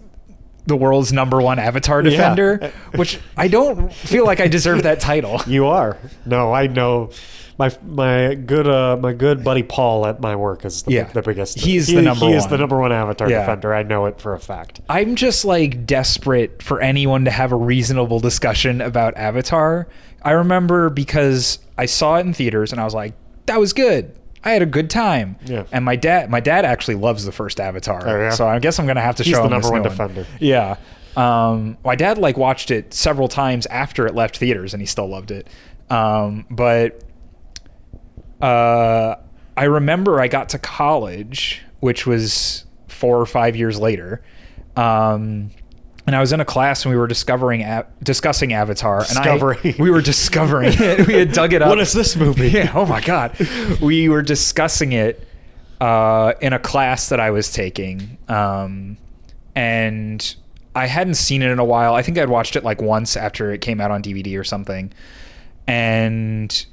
S1: the world's number one Avatar
S2: Yeah.
S1: defender, which I don't feel like I deserve that title.
S2: You are. No, I know. My my good uh, my good buddy Paul at my work is the,
S1: Yeah.
S2: the biggest.
S1: He's
S2: he,
S1: the number
S2: he is
S1: one.
S2: the number one Avatar
S1: Yeah.
S2: defender. I know it for a fact.
S1: I'm just like desperate for anyone to have a reasonable discussion about Avatar. I remember because I saw it in theaters and I was like, that was good. I had a good time.
S2: Yeah.
S1: And my dad, my dad actually loves the first Avatar.
S2: Oh, yeah?
S1: So I guess I'm gonna have to
S2: He's
S1: show
S2: the
S1: him this
S2: number one
S1: new
S2: defender.
S1: Yeah. Um, my dad like watched it several times after it left theaters and he still loved it. Um, but uh, I remember I got to college, which was four or five years later. Um, and I was in a class and we were discovering a- discussing Avatar. And
S2: Discovering.
S1: I, we were discovering it. We had dug it up.
S2: What is this movie?
S1: Yeah. Oh my god. we were discussing it uh, in a class that I was taking, um, and I hadn't seen it in a while. I think I'd watched it like once after it came out on DVD or something, and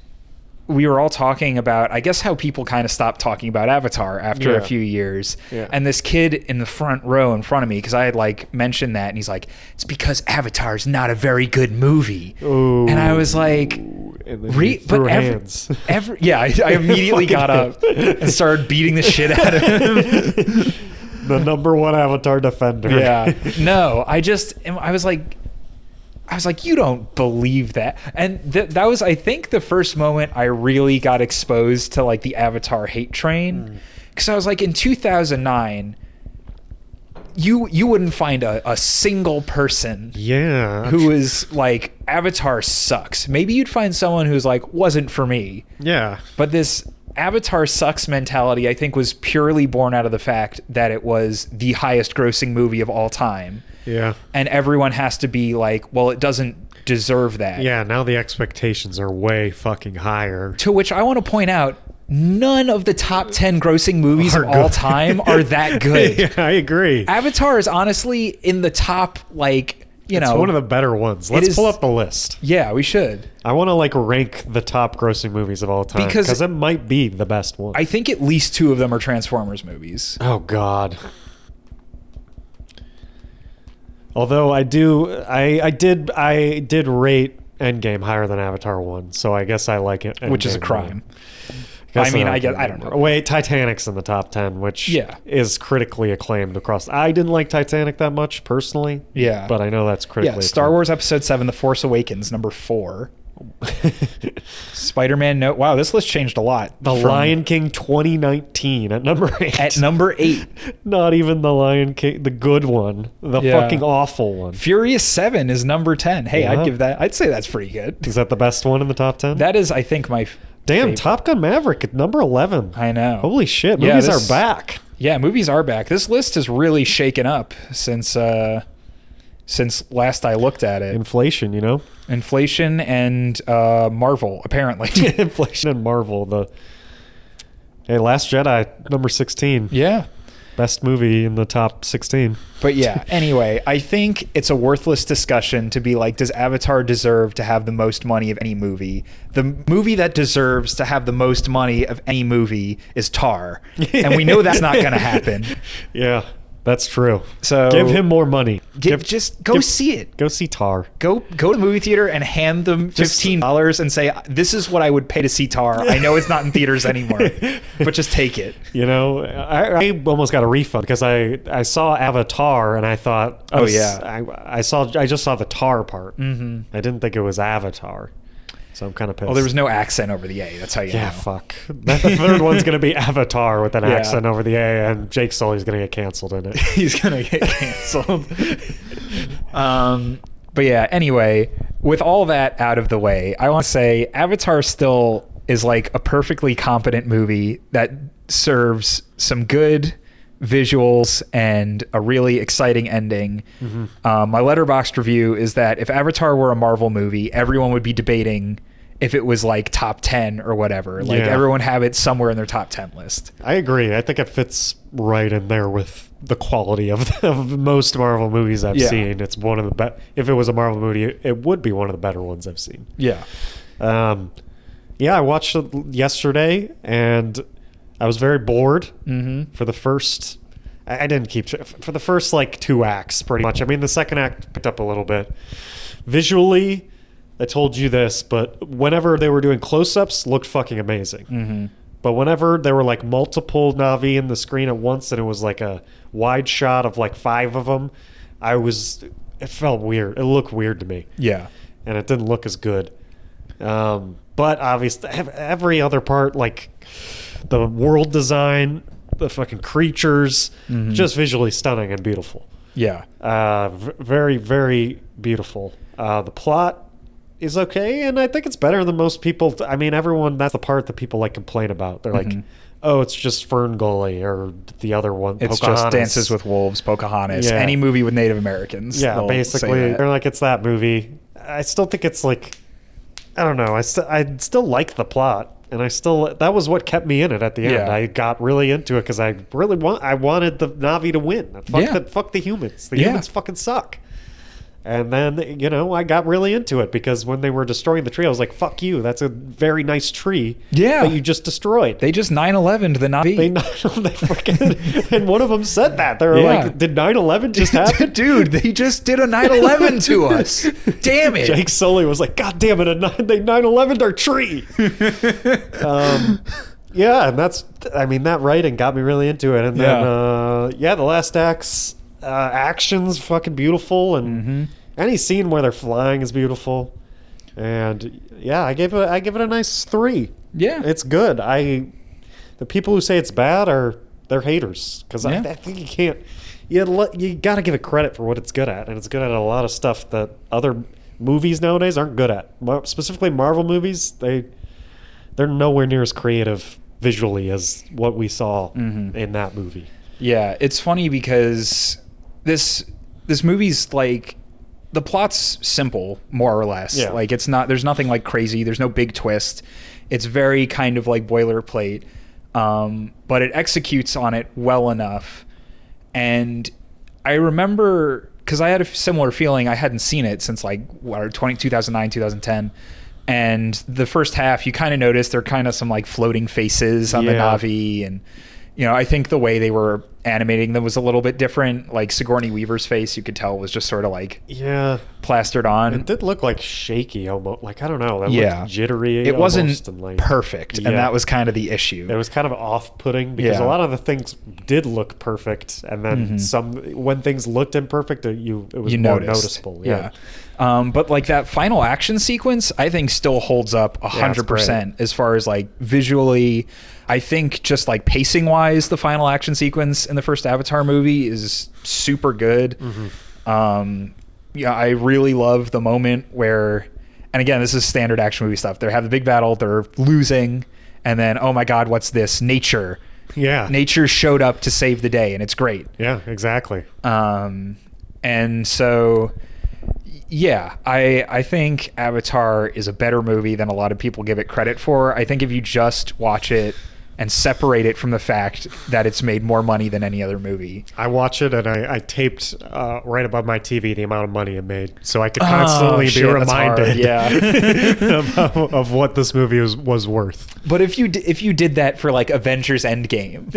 S1: we were all talking about I guess how people kind of stopped talking about Avatar after a
S2: Yeah.
S1: few years.
S2: Yeah.
S1: And this kid in the front row in front of me because I had like mentioned that and he's like it's because Avatar's not a very good movie.
S2: Ooh.
S1: And I was like
S2: And then
S1: Re-
S2: he threw
S1: but every,
S2: hands.
S1: every- yeah, I, I immediately got up and started beating the shit out of him.
S2: the number one Avatar defender.
S1: yeah, no, I just, I was like, I was like, you don't believe that, and th- that was, I think, the first moment I really got exposed to like the Avatar hate train, because I was like, in 2009, you you wouldn't find a, a single person
S2: yeah.
S1: who is like Avatar sucks. Maybe you'd find someone who's like wasn't for me.
S2: Yeah.
S1: But this Avatar sucks mentality, I think, was purely born out of the fact that it was the highest grossing movie of all time.
S2: Yeah.
S1: And everyone has to be like, well, it doesn't deserve that.
S2: Yeah. Now the expectations are way fucking higher.
S1: To which I want to point out none of the top 10 grossing movies
S2: Are
S1: of all
S2: good.
S1: time are that good.
S2: yeah, I agree.
S1: Avatar is honestly in the top, like, you
S2: It's
S1: know.
S2: one of the better ones. Let's
S1: is-
S2: pull up the list.
S1: yeah, we should.
S2: I want to like rank the top grossing movies of all time
S1: Because-
S2: because it might be the best one.
S1: I think at least two of them are Transformers movies.
S2: oh God. Although I do, I I did I did rate Endgame higher than Avatar one, so I guess I like it.
S1: Which is a
S2: Endgame
S1: crime.
S2: more. guess
S1: I mean,
S2: like
S1: I guess-
S2: Endgame
S1: I don't
S2: more.
S1: know.
S2: Wait, Titanic's in the top ten, which
S1: Yeah.
S2: is critically acclaimed across. I didn't like Titanic that much personally.
S1: Yeah.
S2: but I know that's critically.
S1: Yeah, Star Wars Episode 7 The Force Awakens, number four.
S2: acclaimed.
S1: Spider-Man No. Wow, this list changed a lot.
S2: The
S1: From-
S2: Lion King 2019 at number eight.
S1: at number eight.
S2: Not even the Lion King, the good one, the
S1: Yeah.
S2: fucking awful one.
S1: Furious Seven is number ten. Hey, I'd
S2: Yeah.
S1: give that. I'd say that's pretty good.
S2: Is that the best one in the top ten?
S1: That is, I think, my f-
S2: Damn,
S1: favorite.
S2: Top Gun Maverick at number 11.
S1: I know.
S2: Holy shit,
S1: Yeah,
S2: movies
S1: this-
S2: are back.
S1: Yeah, movies are back. This list has really shaken up since uh, since last I looked at it.
S2: Inflation, you know?
S1: Inflation and uh, Marvel, apparently.
S2: Inflation and Marvel. The Hey, Last Jedi, number 16.
S1: yeah.
S2: Best movie in the top 16.
S1: But yeah, anyway, I think it's a worthless discussion to be like, does Avatar deserve to have the most money of any movie? The movie that deserves to have the most money of any movie is Tar. and we know that's not going to happen.
S2: yeah, that's true.
S1: So-
S2: give him more money.
S1: Gi-
S2: Give,
S1: just go
S2: give-
S1: see it.
S2: go see Tar.
S1: Go go to the movie theater and hand them
S2: Just-
S1: fifteen dollars and say, "This is what I would pay to see Tar." I know it's not in theaters anymore, but just take it.
S2: You know, I, I almost got a refund because I, I saw Avatar and I thought,
S1: Oh,
S2: s-
S1: yeah.
S2: I, I saw I just saw the tar part. Mm-hmm. I didn't think it was Avatar, so I'm kind of pissed.
S1: Well, Oh, there was no accent over the A. That's how you
S2: yeah,
S1: know.
S2: fuck. That, the third one's gonna be Avatar with an
S1: Yeah.
S2: accent over the A, and Jake Sully's gonna get canceled in it.
S1: he's gonna get canceled. um, but yeah, anyway, with all that out of the way, I want to say Avatar still is like a perfectly competent movie that serves some good visuals and a really exciting ending.
S2: Mm-hmm.
S1: Um, my letterboxed review is that if Avatar were a Marvel movie, everyone would be debating if it was like top 10 or whatever. Like
S2: Yeah.
S1: everyone have it somewhere in their top 10 list.
S2: I agree. I think it fits right in there with the quality of, of most Marvel movies I've
S1: Yeah.
S2: seen. It's one of the best. If it was a Marvel movie, it, it would be one of the better ones I've seen.
S1: Yeah.
S2: Um, yeah, I watched it l- yesterday, and I was very bored
S1: Mhm.
S2: for the first. I I didn't keep tr- f- for the first like two acts, pretty much. I mean, the second act picked up a little bit. Visually, I told you this, but whenever they were doing close-ups, looked fucking amazing.
S1: Mhm.
S2: But whenever there were like multiple Navi in the screen at once, and it was like a wide shot of like five of them, I was. It felt weird. It looked weird to me
S1: Yeah.
S2: and it didn't look as good. Um, But obviously, ev- every other part, like the world design, the fucking creatures, just visually stunning and beautiful.
S1: Yeah.
S2: Uh, v- very, very beautiful. Uh, the plot is okay, and I think it's better than most people. I mean, everyone, that's the part that people like complain about. They're
S1: Mm-hmm.
S2: like, oh, it's just Fern Gully or the other one.
S1: It's just
S2: Pocahontas."
S1: Dances with Wolves, Pocahontas,
S2: Yeah.
S1: any movie with Native Americans.
S2: Yeah,
S1: they'll say
S2: basically,
S1: that.
S2: they're like, it's that movie. I still think it's like, I don't know. I, st- I still like the plot. And I still that was what kept me in it at the end.
S1: Yeah.
S2: I got really into it because I really want I wanted the Navi to win. Fuck
S1: Yeah.
S2: the fuck the humans. The
S1: Yeah.
S2: humans fucking suck. And then you know I got really into it because when they were destroying the tree, I was like, "Fuck you! That's a very nice tree
S1: Yeah.
S2: that you just destroyed."
S1: They just 9 11 to the Navi.
S2: they, they freaking and one of them said that they were
S1: Yeah.
S2: like, "Did 9-11 just happen?"
S1: Dude, they just did a 9 11 to us. Damn it.
S2: Jake Sully was like, "God damn it! A nine, they 9-11'd our tree." um, yeah, and that's I mean that writing got me really into it, and then
S1: Yeah.
S2: uh, yeah, the last acts uh, actions fucking beautiful, and
S1: Mm-hmm.
S2: any scene where they're flying is beautiful, and yeah, I gave it I give it a nice three.
S1: Yeah.
S2: It's good. I the people who say it's bad are they're haters because
S1: Yeah.
S2: I, I think you can't. You let, you got to give it credit for what it's good at, and it's good at a lot of stuff that other movies nowadays aren't good at. Mar- Specifically, Marvel movies they they're nowhere near as creative visually as what we saw
S1: Mm-hmm.
S2: in that movie.
S1: Yeah, it's funny because this this movie's like the plot's simple, more or less.
S2: Yeah.
S1: Like it's not there's nothing like crazy, there's no big twist. It's very kind of like boilerplate. Um, but it executes on it well enough. And I remember because I had a similar feeling. I hadn't seen it since like what, 20, 2009, 2010. And the first half, you kind of notice there are kind of some like floating faces on
S2: Yeah.
S1: the Navi and you know i think the way they were animating them was a little bit different like sigourney weaver's face you could tell was just sort of like
S2: Yeah,
S1: plastered on
S2: it did look like shaky almost. Like I don't know, that
S1: yeah
S2: looked jittery.
S1: it
S2: almost
S1: wasn't
S2: and, like,
S1: perfect
S2: Yeah.
S1: and that was kind of the issue
S2: it was kind of off-putting because
S1: Yeah. Mm-hmm.
S2: a lot of the things did look perfect, and then some when things looked imperfect, uh, you it was
S1: you
S2: more
S1: noticed
S2: noticeable. Yeah.
S1: Um, but like that final action sequence i think still holds up a
S2: Yeah, it's
S1: 100% as far as like visually i think just like pacing wise the final action sequence in the first avatar movie is super good
S2: Mm-hmm.
S1: um, yeah i really love the moment where and again this is standard action movie stuff they have the big battle they're losing and then oh my god what's this nature
S2: yeah,
S1: nature showed up to save the day and it's great
S2: yeah, exactly.
S1: um, and so yeah i i think avatar is a better movie than a lot of people give it credit for i think if you just watch it and separate it from the fact that it's made more money than any other movie
S2: I watch it and I, I taped uh, right above my TV the amount of money it made, so I could
S1: Oh,
S2: constantly
S1: shit,
S2: be
S1: that's hard,
S2: reminded,
S1: yeah.
S2: of, of what this movie was was worth.
S1: but if you d- if you did that for like avengers endgame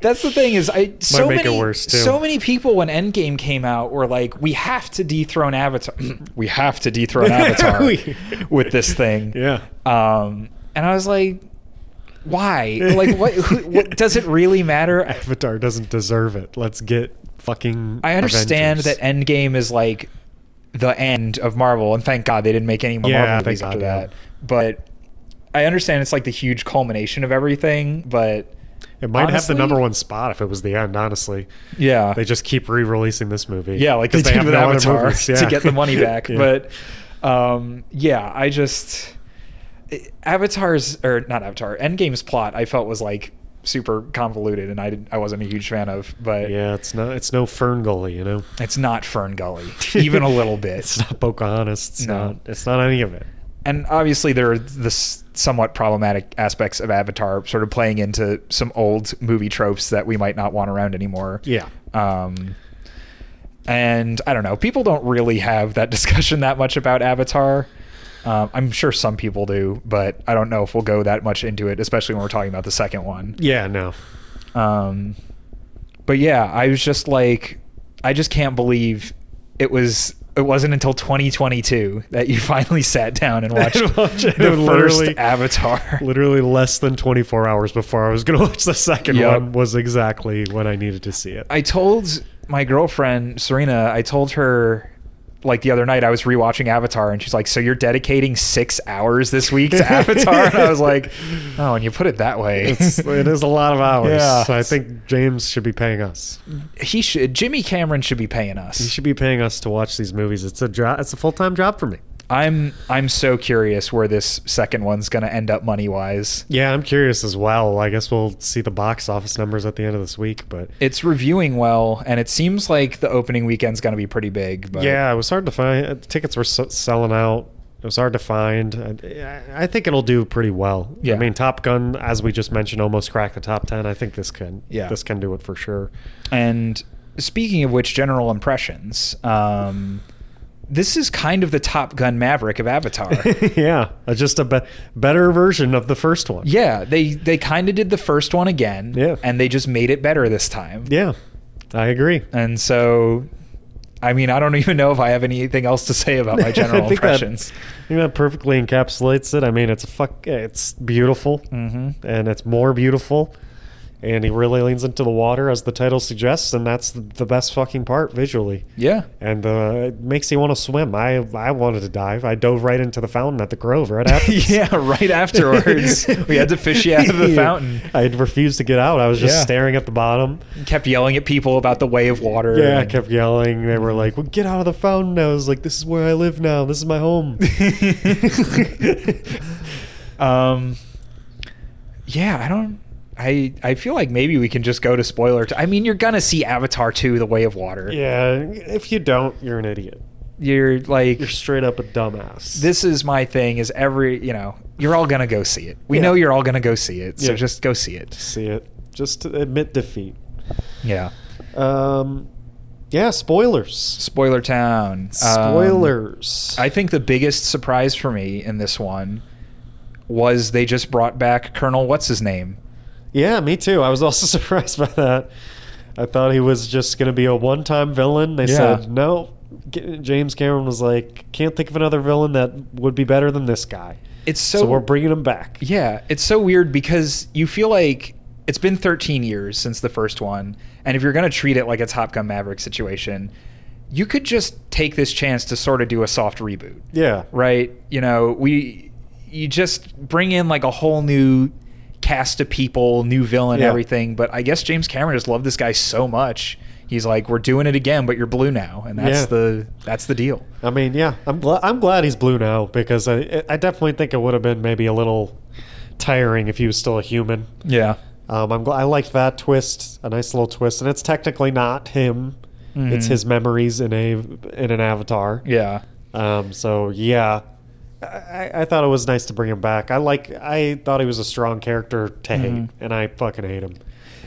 S1: that's the thing is i so
S2: make it
S1: many
S2: worse, too.
S1: so many people when endgame came out were like we have to dethrone avatar we have to dethrone avatar
S2: We-
S1: with this thing
S2: yeah,
S1: Um, and I was like, why? Like, what, who, what does it really matter?
S2: Avatar doesn't deserve it. Let's get fucking.
S1: I understand
S2: Avengers.
S1: that Endgame is like the end of Marvel, and thank God they didn't make any more
S2: Yeah,
S1: Marvel
S2: thank
S1: movies
S2: God,
S1: after
S2: yeah.
S1: that. But I understand it's like the huge culmination of everything. But
S2: it might have the
S1: honestly- Uh,
S2: number one spot if it was the end. Honestly,
S1: yeah,
S2: they just keep re-releasing this movie.
S1: yeah, like
S2: 'Cause
S1: they, did with
S2: other
S1: Avatar
S2: movies, yeah.
S1: to get the money back.
S2: Yeah.
S1: But um, yeah, I just Avatar's or not Avatar Endgame's plot I felt was like super convoluted, and I did, I wasn't a huge fan of. But
S2: yeah, it's not. It's no Fern Gully, you know.
S1: It's not Fern Gully, even a little bit.
S2: It's not Pocahontas. It's
S1: No.
S2: not. It's not any of it.
S1: And obviously, there are the s- somewhat problematic aspects of Avatar, sort of playing into some old movie tropes that we might not want around anymore.
S2: Yeah.
S1: Um, and I don't know. People don't really have that discussion that much about Avatar. Um, I'm sure some people do, but I don't know if we'll go that much into it, especially when we're talking about the second one.
S2: Yeah. No.
S1: Um, but yeah, I was just like, I just can't believe it was. It wasn't until 2022 that you finally sat down and watched
S2: Watch it.
S1: the first
S2: Literally-
S1: Avatar.
S2: Literally less than 24 hours before I was going to watch the second
S1: Yep.
S2: one was exactly when I needed to see it.
S1: I told my girlfriend Serena. I told her like the other night I was rewatching Avatar and she's like, "So you're dedicating 6 hours this week to Avatar?" and I was like, "Oh, and you put it that way."
S2: It's, it is a lot of hours.
S1: Yeah.
S2: So I think James should be paying us.
S1: he should Jimmy Cameron should be paying us.
S2: He should be paying us to watch these movies. It's a job. It's a full time job for me.
S1: I'm I'm so curious where this second one's going to end up money-wise.
S2: Yeah, I'm curious as well. I guess we'll see the box office numbers at the end of this week, but
S1: It's reviewing well and it seems like the opening weekend's going to be pretty big, but
S2: yeah, it was hard to find. uh, Tickets were s- selling out. It was hard to find. I, I think it'll do pretty well.
S1: Yeah.
S2: I mean, Top Gun, as we just mentioned, almost cracked the top ten. I think this can.
S1: Yeah.
S2: This can do it for sure.
S1: And speaking of which, general impressions. Um, this is kind of the Top Gun Maverick of Avatar.
S2: yeah, uh, just a be- better version of the first one.
S1: yeah, they they kind of did the first one again.
S2: Yeah.
S1: and they just made it better this time.
S2: Yeah, I agree.
S1: and so. I mean, I don't even know if I have anything else to say about my general
S2: I think
S1: impressions.
S2: That, I think that perfectly encapsulates it. I mean, it's a fuck. It's beautiful,
S1: hmm
S2: and it's more beautiful. And he really leans into the water, as the title suggests, and that's the, the best fucking part visually.
S1: Yeah,
S2: And uh, it makes you want to swim. I I wanted to dive. I dove right into the fountain at the Grove right after.
S1: yeah. Right afterwards, we had to fish you out of the fountain.
S2: I had refused to get out. I was just
S1: Yeah.
S2: staring at the bottom.
S1: Kept yelling at people about the way of water.
S2: Yeah, I
S1: and-
S2: kept yelling. They were like, "Well, get out of the fountain." I was like, "This is where I live now. This is my home." Uh,
S1: um, yeah, I don't. I I feel like maybe we can just go to spoiler. T- I mean, you're gonna see Avatar two: The Way of Water.
S2: Yeah, if you don't, you're an idiot.
S1: You're like.
S2: You're straight up a dumbass.
S1: this is my thing. Is every you know you're all gonna go see it. We
S2: Yeah.
S1: know you're all gonna go see it. So
S2: Yeah.
S1: just go see it.
S2: see it. Just admit defeat.
S1: Yeah.
S2: Um, yeah, spoilers.
S1: Spoiler town. Um,
S2: Spoilers.
S1: I think the biggest surprise for me in this one was they just brought back Colonel what's his name.
S2: yeah, me too. I was also surprised by that. I thought he was just going to be a one-time villain. They
S1: Yeah.
S2: said no. G- James Cameron was like, can't think of another villain that would be better than this guy.
S1: It's so,
S2: So, we're bringing him back.
S1: Yeah, it's so weird because you feel like it's been 13 years since the first one, and if you're going to treat it like a Top Gun Maverick situation, you could just take this chance to sort of do a soft reboot,
S2: Yeah.
S1: right? You know, we you just bring in like a whole new cast of people, new villain,
S2: Yeah.
S1: everything. But I guess James Cameron just loved this guy so much. He's like, we're doing it again, but you're blue now, and that's
S2: Yeah.
S1: the that's the deal.
S2: I mean, yeah, I'm glad I'm glad he's blue now because I I definitely think it would have been maybe a little tiring if he was still a human.
S1: Yeah,
S2: Um, I'm glad I liked that twist, a nice little twist, and it's technically not him; it's
S1: Mhm.
S2: his memories in a in an avatar.
S1: yeah,
S2: Um, so yeah, I- I, I thought it was nice to bring him back. I like I thought he was a strong character to hate,
S1: Mm-hmm.
S2: and I fucking hate him.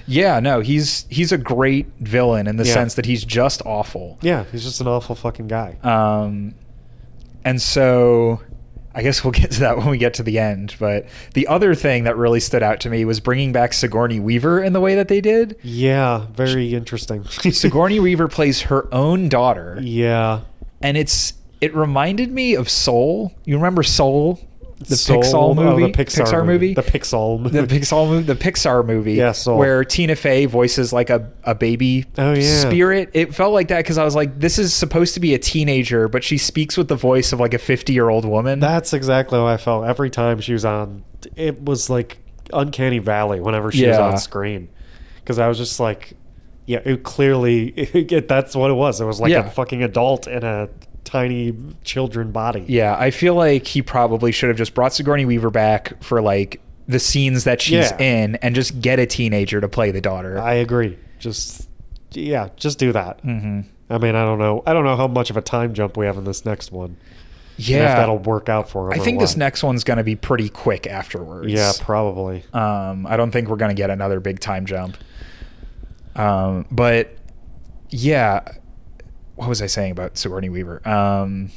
S1: Yeah, no, he's he's a great villain in the
S2: Yeah.
S1: sense that he's just awful.
S2: Yeah, he's just an awful fucking guy.
S1: Um, and so I guess we'll get to that when we get to the end. But the other thing that really stood out to me was bringing back Sigourney Weaver in the way that they did.
S2: yeah, very interesting.
S1: Sigourney Weaver plays her own daughter,
S2: Yeah,
S1: and it's it reminded me of Soul. You remember Soul, the
S2: Soul-
S1: Pixar
S2: oh,
S1: movie,
S2: the Pixar,
S1: movie,
S2: the Pixar movie.
S1: the Pixar movie, the Pixar movie,
S2: Yeah, Soul.
S1: where Tina Fey voices like a, a baby
S2: Oh, yeah.
S1: spirit. It felt like that because I was like, this is supposed to be a teenager, but she speaks with the voice of like a fifty year old woman.
S2: That's exactly how I felt every time she was on. It was like uncanny valley whenever she was
S1: Yeah.
S2: on screen, because I was just like, yeah, it clearly it, that's what it was. It was like
S1: Yeah.
S2: a fucking adult in a tiny children body.
S1: yeah, I feel like he probably should have just brought Sigourney Weaver back for like the scenes that she's
S2: Yeah.
S1: in, and just get a teenager to play the daughter.
S2: I agree. Just yeah, just do that.
S1: hmm
S2: I mean, I don't know. I don't know how much of a time jump we have in this next one. and
S1: Yeah,
S2: if that'll work out for him.
S1: I
S2: or
S1: think this
S2: what.
S1: next one's going to be pretty quick afterwards.
S2: Yeah, probably.
S1: Um, I don't think we're going to get another big time jump. Um, but yeah, what was I saying about Sigourney Weaver? Um,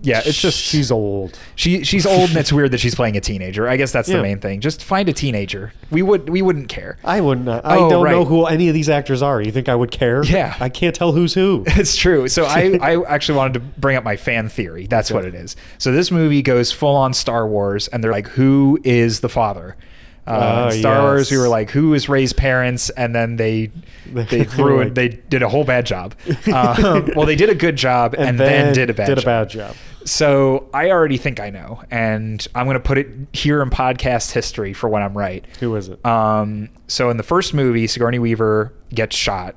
S1: yeah, it's just
S2: she's old.
S1: she she's old and it's weird that she's playing a teenager. I guess that's
S2: Yeah.
S1: the main thing. Just find a teenager. We would we wouldn't care.
S2: I wouldn't. uh, I
S1: Oh,
S2: don't know
S1: right.
S2: who any of these actors are. You think I would care?
S1: Yeah.
S2: I can't tell who's who.
S1: It's true. So I, I actually wanted to bring up my fan theory. That's what it is. So this movie goes full on Star Wars, and they're like, who is the father? Uh,
S2: Oh,
S1: Star Wars,
S2: yes.
S1: we were like, "Who is Ray's parents?" And then they they
S2: They were
S1: ruined.
S2: like-
S1: They did a whole bad job. Um, well, they did a good job and, then, did a bad
S2: did
S1: job.
S2: a bad job.
S1: So I already think I know, and I'm going to put it here in podcast history for when I'm right.
S2: Who was it?
S1: Um, so in the first movie, Sigourney Weaver gets shot,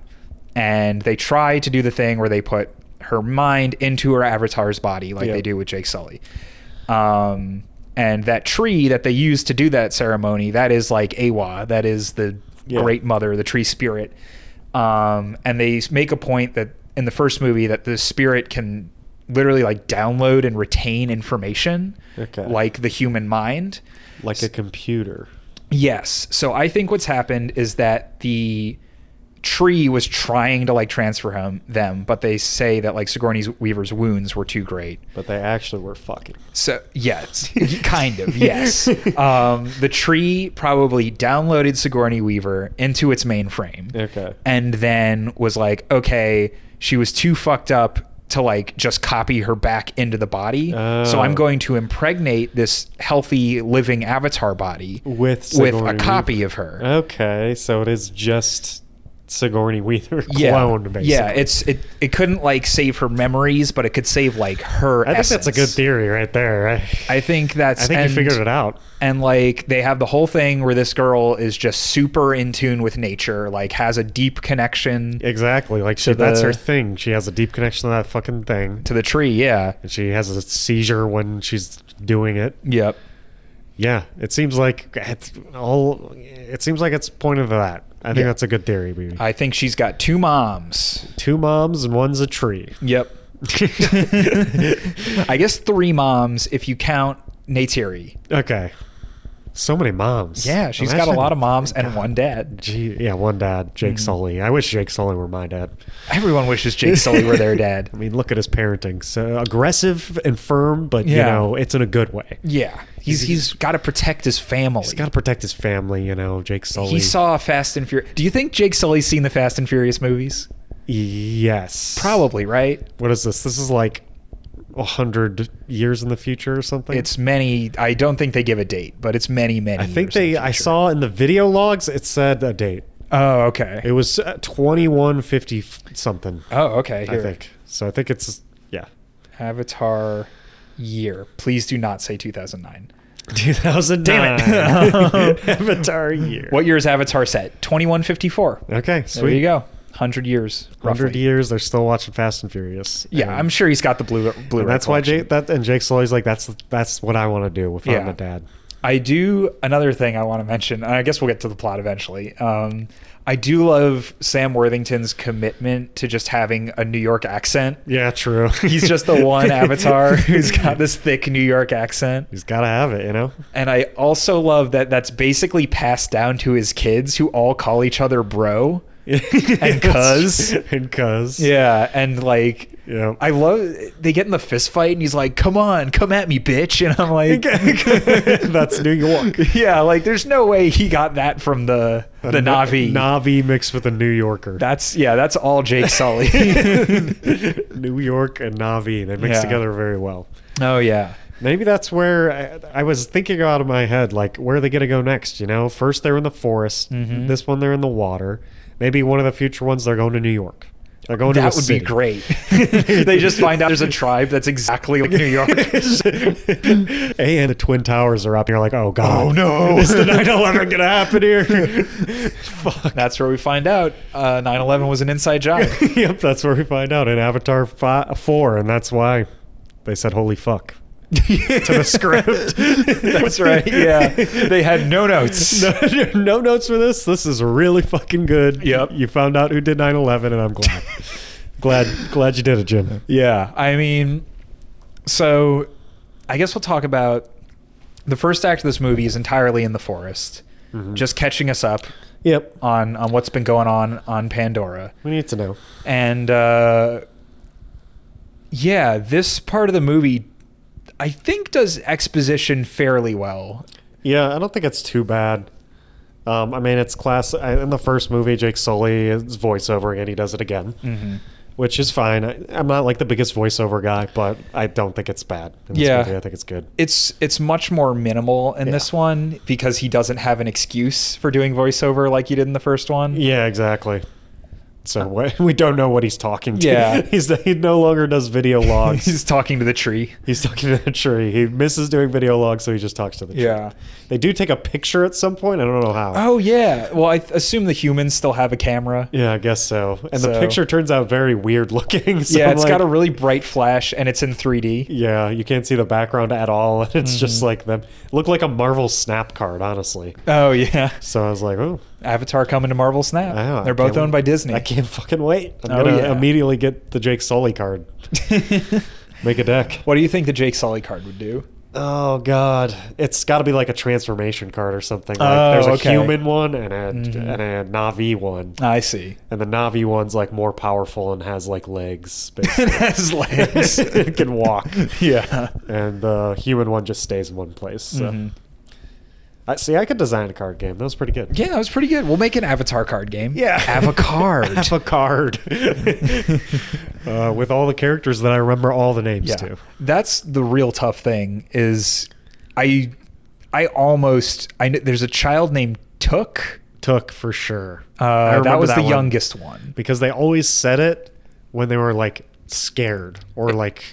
S1: and they try to do the thing where they put her mind into her avatar's body, like
S2: Yeah.
S1: they do with Jake Sully. Um, and that tree that they use to do that ceremony, that is like Awa, that is the
S2: Yeah.
S1: great mother, the tree spirit. Um, and they s- make a point that in the first movie that the spirit can literally like download and retain information,
S2: Okay.
S1: like the human mind.
S2: like a computer.
S1: Yes. So I think what's happened is that the tree was trying to like transfer him them, but they say that like Sigourney Weaver's wounds were too great.
S2: But they actually were fucking.
S1: So yes, kind of yes. Um, the tree probably downloaded Sigourney Weaver into its mainframe,
S2: Okay.
S1: and then was like, okay, she was too fucked up to like just copy her back into the body. So
S2: Oh.
S1: I'm going to impregnate this healthy living avatar body
S2: With
S1: with a
S2: Sigourney Oh,
S1: copy of her.
S2: Okay, so it is just Sigourney Weaver
S1: yeah,
S2: clone, basically.
S1: yeah. It's it. It couldn't like save her memories, but it could save like her.
S2: I think that's a good
S1: essence.
S2: theory right there. I,
S1: I think that's.
S2: I think
S1: and,
S2: you figured it out.
S1: And like they have the whole thing where this girl is just super in tune with nature, like has a deep connection
S2: Exactly. Like she, that's
S1: the-
S2: her thing. She has a deep connection to that fucking thing.
S1: to the tree. Yeah.
S2: And she has a seizure when she's doing it.
S1: Yep.
S2: Yeah, it seems like it's all. It seems like it's pointed to that. I think
S1: Yeah.
S2: that's a good theory, baby.
S1: I think she's got two moms.
S2: Two moms and one's a tree.
S1: Yep. I guess three moms if you count Neytiri.
S2: Okay. So many moms.
S1: Yeah, she's
S2: she's
S1: got a lot of moms and one dad.
S2: Gee, yeah, one dad, Jake Sully. I wish Jake Sully were my dad.
S1: Everyone wishes Jake Sully were their dad.
S2: I mean, look at his parenting. So aggressive and firm, but you
S1: Yeah.
S2: know, it's in a good way.
S1: Yeah, he's he's got to protect his family.
S2: He's got to protect his family, you know, Jake Sully.
S1: he saw Fast and Furious. Do you think Jake Sully's seen the Fast and Furious movies?
S2: Yes.
S1: Probably, right?
S2: What is this? This is like a 100 years in the future or something?
S1: It's many. I don't think they give a date, but it's many, many.
S2: I
S1: years
S2: think
S1: in
S2: they.
S1: the
S2: I
S1: future.
S2: saw in the video logs. It said a date.
S1: Oh, okay.
S2: It was twenty one fifty something.
S1: oh, okay.
S2: I
S1: Here,
S2: think. So I think it's yeah,
S1: Avatar year. Please do not say 2009.
S2: two thousand
S1: Damn
S2: nine.
S1: it.
S2: Avatar year.
S1: What year is Avatar set? 2154.
S2: Okay,
S1: There you
S2: sweet.
S1: go. 100 years.
S2: Hundred
S1: roughly.
S2: years. They're still watching Fast and Furious.
S1: Yeah,
S2: And-
S1: I'm sure he's got the blue. blue
S2: And that's why Jake. That and Jake's always like that's that's what I want to do if I'm
S1: Yeah.
S2: a dad.
S1: I do another thing I want to mention, and I guess we'll get to the plot eventually. Um, I do love Sam Worthington's commitment to just having a New York accent.
S2: Yeah, true.
S1: He's just the one avatar who's got this thick New York accent.
S2: He's got to have it, you know.
S1: And I also love that that's basically passed down to his kids who all call each other bro.
S2: and
S1: cuz.
S2: and cuz.
S1: Yeah, and like
S2: Yeah.
S1: I love they get in the fist fight and he's like, "Come on, come at me, bitch." And I'm like,
S2: That's New York.
S1: Yeah, like there's no way he got that from the the
S2: A
S1: Navi.
S2: Navi mixed with a New Yorker.
S1: That's yeah, that's all Jake Sully.
S2: New York and Navi. They mix
S1: Yeah.
S2: together very well.
S1: oh yeah.
S2: Maybe that's where I, I was thinking out of my head, like where are they gonna go next? You know, first they're in the forest.
S1: Mm-hmm.
S2: This one they're in the water. Maybe one of the future ones they're going to New York. They're going to
S1: That
S2: a
S1: would
S2: city.
S1: be great. they just find out there's a tribe that's exactly like New York.
S2: and the Twin Towers are up. And you're like, oh god,
S1: Oh, no.
S2: is the 9/11 gonna happen here? Fuck.
S1: That's where we find out uh, 9/11 was an inside job.
S2: yep, that's where we find out in Avatar fi- Four, and that's why they said, "Holy fuck." to the script.
S1: That's right. Yeah, they had no notes.
S2: No, no notes for this. This is really fucking good.
S1: Yep.
S2: You found out who did 9/11 and I'm glad. glad glad you did it, Jim.
S1: Yeah, I mean, so I guess we'll talk about the first act of this movie is entirely in the forest,
S2: Mm-hmm.
S1: just catching us up
S2: Yep.
S1: on on what's been going on on Pandora.
S2: We need to know.
S1: And uh, yeah, this part of the movie, I think, does exposition fairly well.
S2: Yeah, I don't think it's too bad. Um, I mean, it's class I- in the first movie. Jake Sully is voiceovering, and he does it again,
S1: Mhm.
S2: which is fine. I, I'm not like the biggest voiceover guy, but I don't think it's bad. In this
S1: Yeah.
S2: movie. I think it's good.
S1: It's it's much more minimal in
S2: Yeah.
S1: this one because he doesn't have an excuse for doing voiceover like he did in the first one.
S2: Yeah, exactly. So what, we don't know what he's talking to.
S1: Uh, Yeah.
S2: he's he no longer does video
S1: He's
S2: logs. he's,
S1: talking to the tree.
S2: talking to the tree. He misses doing video logs, so he just talks to the tree.
S1: Yeah.
S2: They do take a picture at some point. I don't know how.
S1: Oh yeah. Well, I th- assume the humans still have a camera.
S2: Yeah, I guess so. And the
S1: So-
S2: picture turns out very weird looking. So
S1: yeah,
S2: I'm
S1: it's
S2: like,
S1: got a really bright flash and it's in 3D.
S2: Yeah, you can't see the background at all. It's
S1: Mm-hmm.
S2: just like them. Look like a Marvel snap card, honestly.
S1: Oh yeah.
S2: So I was like, oh,
S1: Avatar coming to Marvel Snap.
S2: Oh, I
S1: They're both
S2: can't-
S1: owned by Disney.
S2: I can't fucking wait. I'm
S1: Oh,
S2: gonna
S1: yeah.
S2: immediately get the Jake Sully card. Make a deck.
S1: what do you think the Jake Sully card would do?
S2: Oh god, it's got to be like a transformation card or something. Like
S1: Oh,
S2: there's a
S1: okay.
S2: human one and a
S1: Mhm.
S2: and a Navi one,
S1: I see.
S2: and the Navi one's like more powerful and has like legs.
S1: it
S2: Basically.
S1: has legs.
S2: It can walk.
S1: Yeah.
S2: and the human one just stays in one place. So.
S1: Mhm.
S2: I see. I could design a card game. That was pretty good.
S1: Yeah, that was pretty good. We'll make an Avatar card game.
S2: Yeah.
S1: Have a card.
S2: Have a card uh, with all the characters that I remember all the names
S1: yeah.
S2: to.
S1: That's the real tough thing is I I almost I kn- there's a child named Took.
S2: Took for sure. I
S1: Uh, that
S2: remember
S1: was the
S2: one
S1: youngest one.
S2: because they always said it when they were like scared or like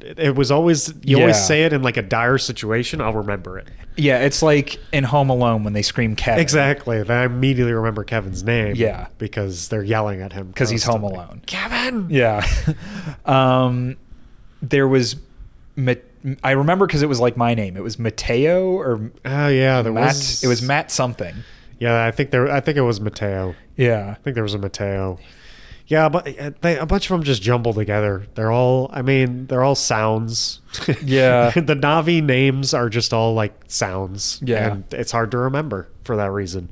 S2: it was always you
S1: Yeah.
S2: always say it in like a dire situation. I'll remember it
S1: Yeah, it's like in Home Alone when they scream Kevin.
S2: exactly. Then I immediately remember Kevin's name.
S1: Yeah.
S2: because they're yelling at him
S1: Because he's home
S2: constantly.
S1: alone.
S2: Kevin.
S1: Yeah. um, there was, Ma- I remember because it was like my name. It was Mateo or
S2: Oh yeah, there
S1: Matt.
S2: was
S1: It was Matt something.
S2: Yeah, I think there. I think it was Mateo.
S1: Yeah.
S2: I think there was a Mateo. Yeah, but uh, they, a bunch of them just jumble together. They're all, I mean, they're all sounds.
S1: Yeah.
S2: the Navi names are just all like sounds.
S1: Yeah.
S2: And it's hard to remember for that reason.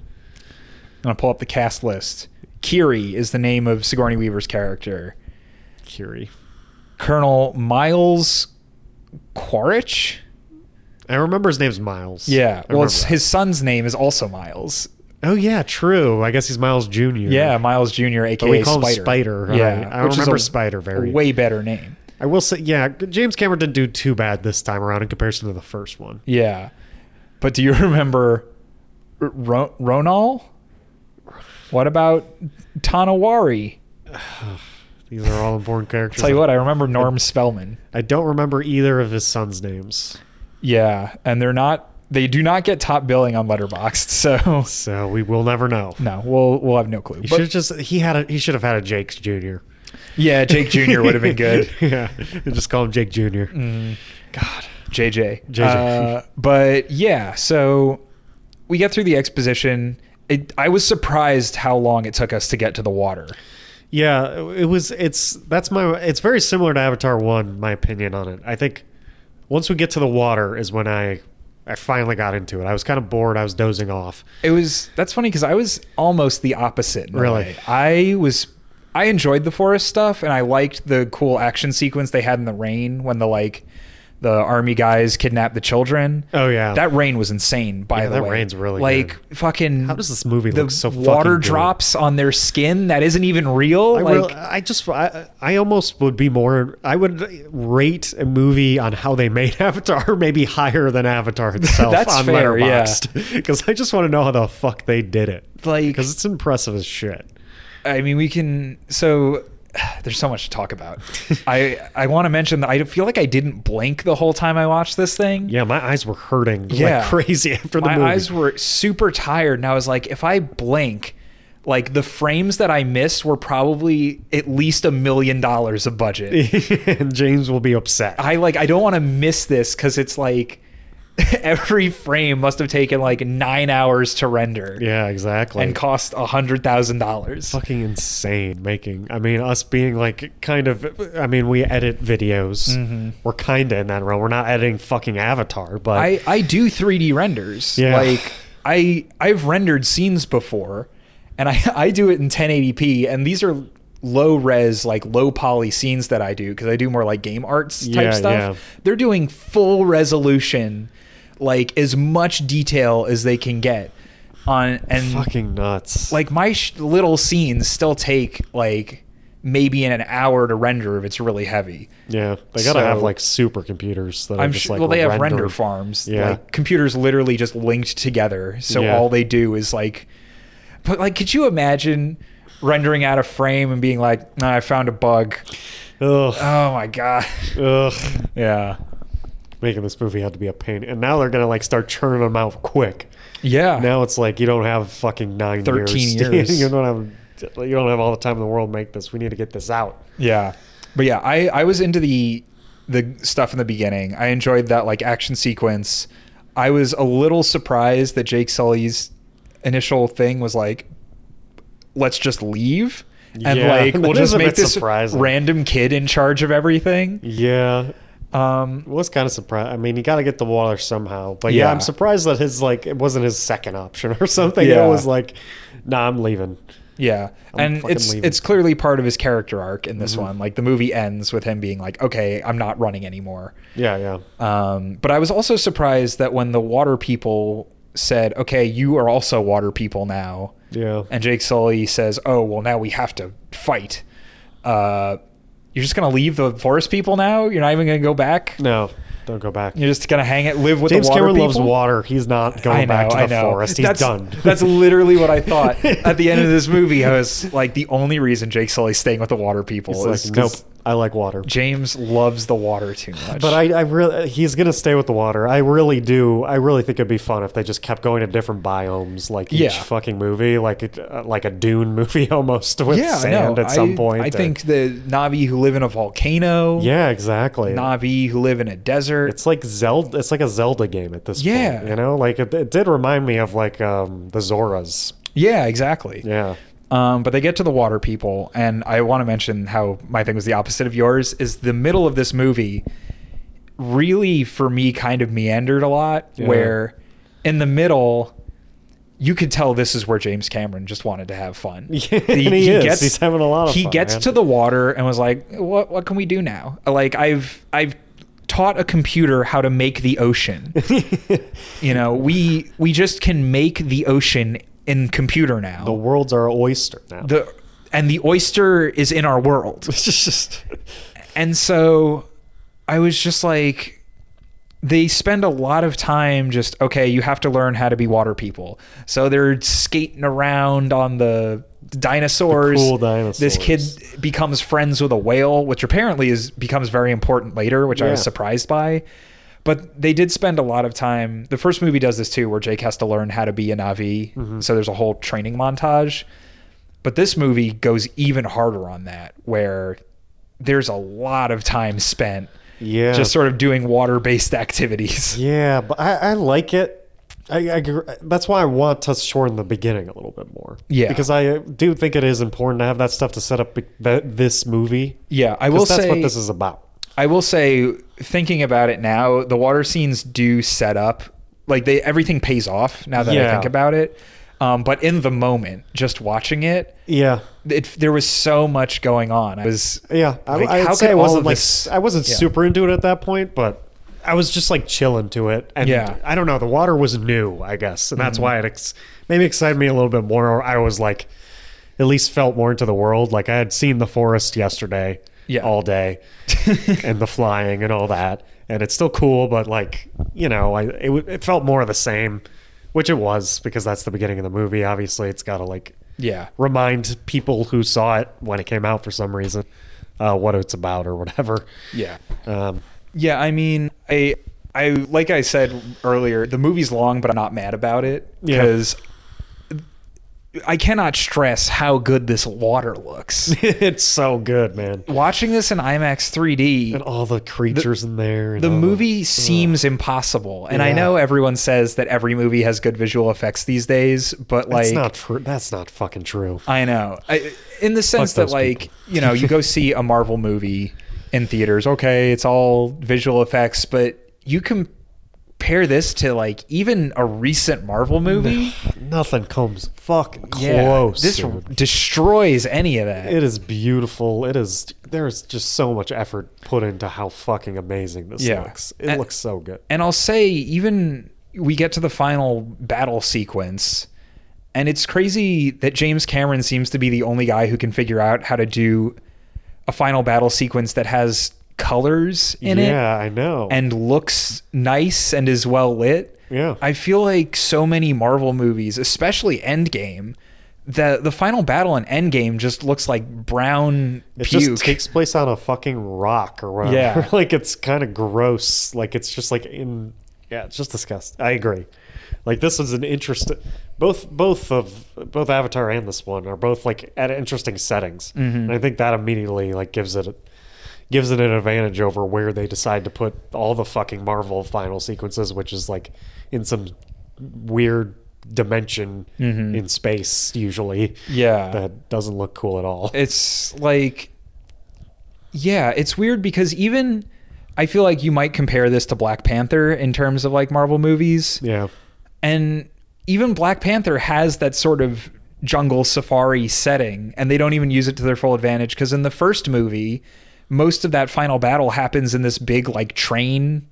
S1: And I pull up the cast list. Kiri is the name of Sigourney Weaver's character.
S2: Curie.
S1: Colonel Miles Quaritch.
S2: I remember his name's Miles.
S1: Yeah.
S2: I
S1: Well,
S2: remember
S1: his,
S2: that.
S1: his son's name is also Miles.
S2: Oh, yeah, true. I guess he's Miles Jr.
S1: Yeah, Miles Jr. AKA
S2: But we call him
S1: Spider.
S2: Spider, right.
S1: Yeah,
S2: I
S1: which is
S2: remember
S1: a-
S2: Spider very-
S1: a way better name.
S2: I will say, yeah, James Cameron didn't do too bad this time around in comparison to the first one.
S1: Yeah. But do you remember R- Ro- Ronal? What about Tanawari?
S2: These are all important characters.
S1: Tell you what, I remember Norm Spellman.
S2: I don't remember either of his sons' names.
S1: Yeah, and they're not they do not get top billing on Letterboxd, so
S2: So we will never know.
S1: no, we'll we'll have no clue.
S2: He
S1: But
S2: should have just he had a he should have had a Jake's Jr.
S1: yeah, Jake Jr. would have been good. Mm.
S2: yeah, just call him Jake Jr. God,
S1: JJ.
S2: JJ.
S1: Uh, but yeah, so we get through the exposition. It, I was surprised how long it took us to get to the water.
S2: yeah, it was it's that's my it's very similar to Avatar One. My opinion on it, I think once we get to the water is when I I finally got into it. I was kind of bored. I was dozing off.
S1: It was that's funny because I was almost the opposite. in a
S2: Really?
S1: way. I was. I enjoyed the forest stuff, and I liked the cool action sequence they had in the rain when the like the army guys kidnapped the children.
S2: Oh yeah,
S1: That rain was insane. By
S2: Yeah,
S1: the
S2: that
S1: way,
S2: rain's really
S1: like fucking.
S2: how does this movie
S1: the
S2: look so fucking
S1: water
S2: good?
S1: drops on their skin that isn't even real?
S2: I,
S1: like
S2: will- I just I, I almost would be more I would rate a movie on how they made Avatar maybe higher than Avatar itself
S1: That's
S2: on
S1: fair, yeah.
S2: because I just want to know how the fuck they did it
S1: like
S2: because it's impressive as shit.
S1: I mean, we can. So there's so much to talk about. I I want to mention that I feel like I didn't blink the whole time I watched this thing.
S2: Yeah, my eyes were hurting
S1: Yeah.
S2: like crazy after the
S1: My
S2: movie.
S1: eyes were super tired, and I was like, if I blink, like the frames that I missed were probably at least a million dollars of budget.
S2: and James will be upset.
S1: I like I don't want to miss this because it's like every frame must have taken like nine hours to render
S2: yeah, exactly.
S1: and cost a hundred thousand dollars.
S2: fucking insane making. I mean, us being like kind of. I mean, we edit videos.
S1: Mm-hmm.
S2: We're kind of in that realm. We're not editing fucking Avatar, but
S1: I I do 3D renders.
S2: Yeah.
S1: Like I I've rendered scenes before and I I do it in 1080p and these are low res like low poly scenes that I do cuz I do more like game arts type
S2: Yeah,
S1: stuff.
S2: yeah.
S1: They're doing full resolution like as much detail as they can get on and
S2: fucking nuts.
S1: like my sh- little scenes still take like maybe in an hour to render if it's really heavy.
S2: Yeah, they gotta
S1: So-
S2: have like supercomputers that are
S1: I'm
S2: just
S1: sure.
S2: like
S1: well, they have render
S2: rendering-
S1: farms.
S2: Yeah.
S1: Like computers literally just linked together, so
S2: Yeah.
S1: all they do is like. But like, could you imagine rendering out a frame and being like, "Nah, "I found a bug."
S2: Ugh,
S1: Oh my god.
S2: ugh.
S1: Yeah.
S2: Making this movie had to be a pain, and now they're gonna like start churning them out quick.
S1: Yeah.
S2: Now it's like you don't have fucking nine,
S1: 13 years.
S2: you don't have, you don't have all the time in the world to make this. We need to get this out.
S1: Yeah. But yeah, I I was into the the stuff in the beginning. I enjoyed that like action sequence. I was a little surprised that Jake Sully's initial thing was like let's just leave and
S2: Yeah,
S1: like we'll
S2: that is
S1: just
S2: a
S1: make
S2: bit
S1: this
S2: surprising.
S1: random kid in charge of everything.
S2: Yeah,
S1: Um
S2: was kind of surprised. I mean, you got to get the water somehow. But yeah.
S1: Yeah.
S2: I'm surprised that his like it wasn't his second option or something.
S1: Yeah.
S2: It was like, nah, I'm leaving.
S1: yeah.
S2: I'm
S1: and
S2: fucking
S1: it's
S2: leaving. Mm-hmm.
S1: it's clearly part of his character arc in this one. Like the movie ends with him being like, "Okay, I'm not running anymore."
S2: Yeah, yeah,
S1: Um, but I was also surprised that when the water people said, "Okay, you are also water people now,"
S2: yeah.
S1: and Jake Sully says, "Oh, well, now we have to fight." Uh, you're just gonna leave the forest people now. You're not even gonna go back.
S2: no, don't go back.
S1: You're just gonna hang it, live with
S2: James
S1: the water
S2: Cameron
S1: people.
S2: loves water. He's not going
S1: I know,
S2: back to
S1: I
S2: the
S1: know.
S2: forest. He's
S1: that's,
S2: done.
S1: that's literally what I thought at the end of this movie. I was like, the only reason Jake Sully's staying with the water people
S2: He's
S1: is
S2: like, nope.
S1: 'cause
S2: I like water.
S1: James loves the water too much.
S2: But I, I really, he's gonna stay with the water. I really do. I really think it'd be fun if they just kept going to different biomes, like each
S1: Yeah.
S2: fucking movie, like it, uh, like a Dune movie almost with
S1: yeah,
S2: sand
S1: no,
S2: at some
S1: I,
S2: point.
S1: I
S2: or-
S1: think the Navi who live in a volcano,
S2: Yeah, exactly.
S1: Navi who live in a desert.
S2: it's like Zelda. It's like a Zelda game at this
S1: Yeah.
S2: point. You know, like it, it did remind me of like um, the Zoras.
S1: yeah, exactly.
S2: Yeah.
S1: Um, but they get to the water people, and I want to mention how my thing was the opposite of yours. Is the middle of this movie really for me kind of meandered a lot?
S2: Yeah.
S1: Where in the middle. You could tell this is where James Cameron just wanted to have fun.
S2: Yeah, and he is. He's having a lot of
S1: he
S2: fun,
S1: gets
S2: man.
S1: to the water and was like, "What? What can we do now? Like, I've I've taught a computer how to make the ocean. you know, we we just can make the ocean in computer now
S2: The world's our oyster now.
S1: the and the oyster is in our world. and so I was just like they spend a lot of time just okay, you have to learn how to be water people. So they're skating around on the dinosaurs.
S2: The cool dinosaurs.
S1: This kid becomes friends with a whale, which apparently is becomes very important later, which I was
S2: Yeah.
S1: surprised by. But they did spend a lot of time. The first movie does this too, where Jake has to learn how to be a Navi.
S2: Mm-hmm.
S1: So there's a whole training montage. But this movie goes even harder on that, where there's a lot of time spent
S2: yeah.
S1: just sort of doing water based activities.
S2: Yeah, but I, I like it. I, I gr- that's why I want to shorten the beginning a little bit more.
S1: Yeah.
S2: because I do think it is important to have that stuff to set up be- that this movie.
S1: Yeah, I will
S2: Because that's
S1: say
S2: what this is about.
S1: I will say, thinking about it now, the water scenes do set up like they everything pays off now that I
S2: Yeah.
S1: think about it. Um, but in the moment, just watching it,
S2: Yeah,
S1: it, there was so much going on. I was
S2: yeah. I,
S1: Like,
S2: I'd
S1: how
S2: say
S1: could
S2: I
S1: all
S2: wasn't
S1: of
S2: like
S1: this-
S2: I wasn't
S1: Yeah.
S2: super into it at that point, but I was just like chilling to it. And
S1: Yeah. Mm-hmm.
S2: I don't know. The water was new, I guess, and that's why it ex- maybe excited me a little bit more. Or I was like, at least felt more into the world. Like I had seen the forest yesterday,
S1: Yeah.
S2: all day, and the flying and all that, and it's still cool. But like you know, I it, w- it felt more of the same, which it was because that's the beginning of the movie. Obviously, it's got to like
S1: yeah,
S2: remind people who saw it when it came out for some reason uh, what it's about or whatever.
S1: yeah,
S2: Um,
S1: yeah. I mean, I I like I said earlier, the movie's long, but I'm not mad about it
S2: Yeah.
S1: because. I cannot stress how good this water looks.
S2: it's so good, man.
S1: Watching this in IMAX 3D,
S2: And all the creatures in there. and
S1: the
S2: all
S1: movie seems impossible and i
S2: Yeah.
S1: know everyone says that every movie has good visual effects these days but
S2: That's
S1: like
S2: not true. That's not fucking true.
S1: i know I, in the sense
S2: Fuck
S1: that
S2: those
S1: like you know you go see a marvel movie in theaters okay it's all visual effects but you compare this to like even a recent marvel movie
S2: Nothing comes fucking
S1: Yeah,
S2: close.
S1: this
S2: dude.
S1: destroys any of that
S2: it is beautiful. It is. There's just so much effort put into how fucking amazing this
S1: Yeah.
S2: looks. It
S1: And-
S2: looks so good.
S1: and I'll say even we get to the final battle sequence and it's crazy that James Cameron seems to be the only guy who can figure out how to do a final battle sequence that has colors in it
S2: yeah, I know.
S1: and looks nice and is well lit.
S2: yeah.
S1: I feel like so many Marvel movies, especially Endgame, the the final battle in Endgame just looks like brown
S2: it
S1: puke.
S2: just takes place on a fucking rock or whatever.
S1: Yeah.
S2: like it's kind of gross. Like it's just like in yeah, it's just disgusting. I agree. Like this is an interest. Both both of both Avatar and this one are both like at interesting settings,
S1: Mm-hmm.
S2: and I think that immediately like gives it gives it an advantage over where they decide to put all the fucking Marvel final sequences, which is like in some weird dimension
S1: Mm-hmm.
S2: in space usually
S1: Yeah.
S2: that doesn't look cool at all
S1: it's like yeah it's weird because even i feel like you might compare this to black panther in terms of like marvel movies
S2: yeah
S1: and even black panther has that sort of jungle safari setting and they don't even use it to their full advantage because in the first movie most of that final battle happens in this big like train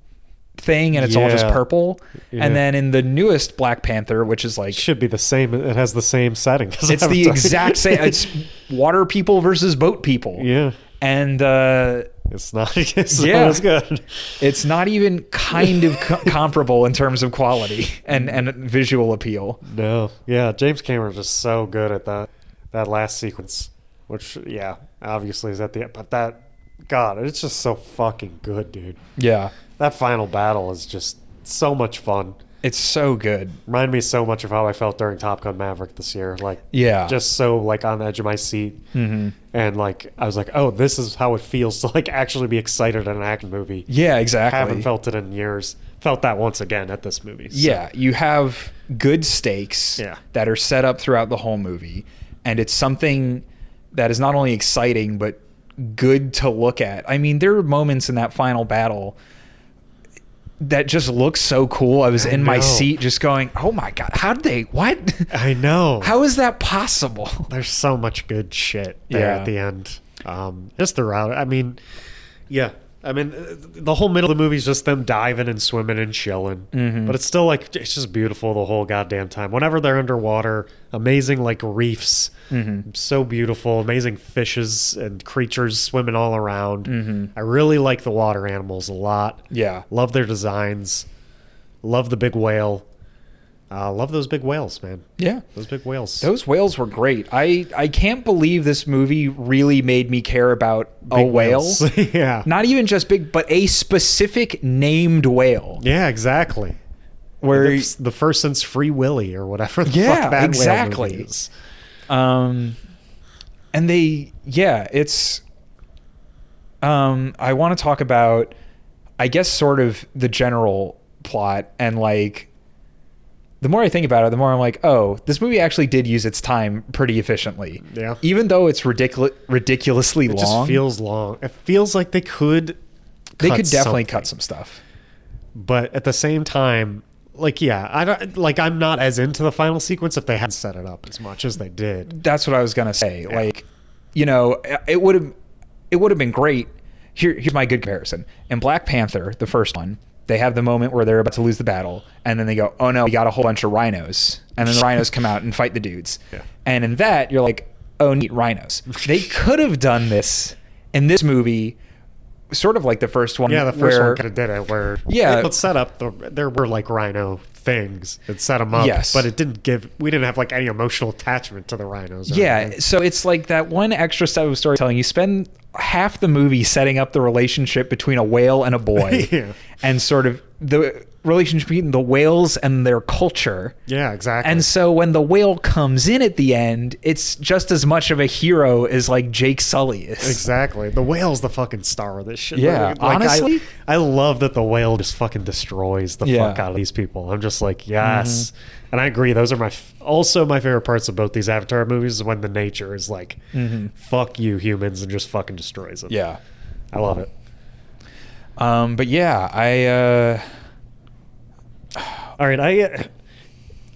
S1: thing and it's all just
S2: Yeah.
S1: purple
S2: Yeah.
S1: and then in the newest black panther which is like
S2: should be the same. It has the same setting. as
S1: it's the
S2: Avatar.
S1: exact same it's water people versus boat people
S2: yeah,
S1: and uh,
S2: it's not. It's
S1: Yeah.
S2: not as good.
S1: it's not even kind of co- comparable in terms of quality and, and visual appeal.
S2: No, yeah, James Cameron's just so good at that that last sequence, which yeah, obviously is at the end. But that, God, it's just so fucking good, dude.
S1: Yeah,
S2: That final battle is just so much fun.
S1: it's so good.
S2: Remind me so much of how I felt during Top Gun Maverick this year. Like,
S1: Yeah, Mm-hmm.
S2: just so like on the edge of my seat and like i was like oh this is how it feels to like actually be excited at an action movie
S1: yeah, exactly.
S2: haven't felt it in years. Felt that once again at this movie. So,
S1: yeah, you have good stakes
S2: Yeah.
S1: that are set up throughout the whole movie, and it's something that is not only exciting but good to look at. I mean, there are moments in that final battle that just look so cool. I was in my
S2: know.
S1: seat just going, "Oh my god, how did they? What?
S2: I know.
S1: How is that possible?"
S2: There's so much good shit there
S1: Yeah.
S2: at the end. Um, just throughout. I mean, yeah. I mean, uh, the whole middle of the movie is just them diving and swimming and chilling.
S1: Mm-hmm.
S2: But it's still like it's just beautiful the whole goddamn time. Whenever they're underwater, amazing like reefs,
S1: Mm-hmm.
S2: so beautiful, amazing fishes and creatures swimming all around.
S1: Mm-hmm.
S2: I really like the water animals a lot.
S1: Yeah.
S2: Love their designs. Love the big whale. Uh, love those big whales, man.
S1: Yeah.
S2: Those big whales.
S1: Those whales were great. I, I can't believe this movie really made me care about a
S2: Big
S1: whale.
S2: whales. yeah.
S1: Not even just big, but a specific named whale.
S2: yeah, exactly.
S1: Where,
S2: the, the first since Free Willy or whatever. The
S1: Yeah,
S2: fuck that whale
S1: exactly.
S2: movie is.
S1: um, and they, yeah, it's, um, I want to talk about, I guess, sort of the general plot and like, the more I think about it, the more I'm like, oh, this movie actually did use its time pretty efficiently.
S2: Yeah.
S1: Even though it's ridiculous, ridiculously
S2: It
S1: long.
S2: just feels long. It feels like they could.
S1: they
S2: cut
S1: could definitely
S2: something.
S1: cut some stuff.
S2: but at the same time, like yeah, I don't like. I'm not as into the final sequence if they had set it up as much as they did.
S1: That's what I was gonna say. Like, you know, it would have it would have been great. Here, here's my good comparison. In Black Panther, the first one, they have the moment where they're about to lose the battle, and then they go, "Oh no, we got a whole bunch of rhinos," and then the rhinos come out and fight the dudes.
S2: Yeah.
S1: And in that, you're like, "Oh neat, rhinos." they could have done this in this movie, sort of like the first one.
S2: Yeah, the first
S1: where-
S2: one could have did it. Where
S1: Yeah.
S2: it set up. The, there were like rhino things that set them up.
S1: Yes.
S2: but it didn't give. We didn't have like any emotional attachment to the rhinos. or
S1: Yeah,
S2: anything.
S1: so it's like that one extra step of storytelling. You spend half the movie setting up the relationship between a whale and a boy,
S2: Yeah.
S1: and sort of the relationship between the whales and their culture.
S2: yeah, exactly.
S1: And so when the whale comes in at the end, it's just as much of a hero as like Jake Sully is.
S2: Exactly. The whale's the fucking star of this shit.
S1: Yeah,
S2: Like, I-
S1: honestly-
S2: I, love that the whale just fucking destroys the
S1: Yeah. Mm-hmm.
S2: fuck out of these people. I'm just like, yes. And I agree. Those are my f- also my favorite parts of both these Avatar movies is when the nature is like, fuck you humans and just fucking destroys them.
S1: Mm-hmm. Yeah.
S2: I love it.
S1: Um, but yeah, I uh,
S2: All right, I uh,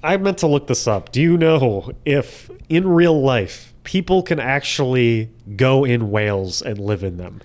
S2: I meant to look this up. Do you know if in real life people can actually go in whales and live in them?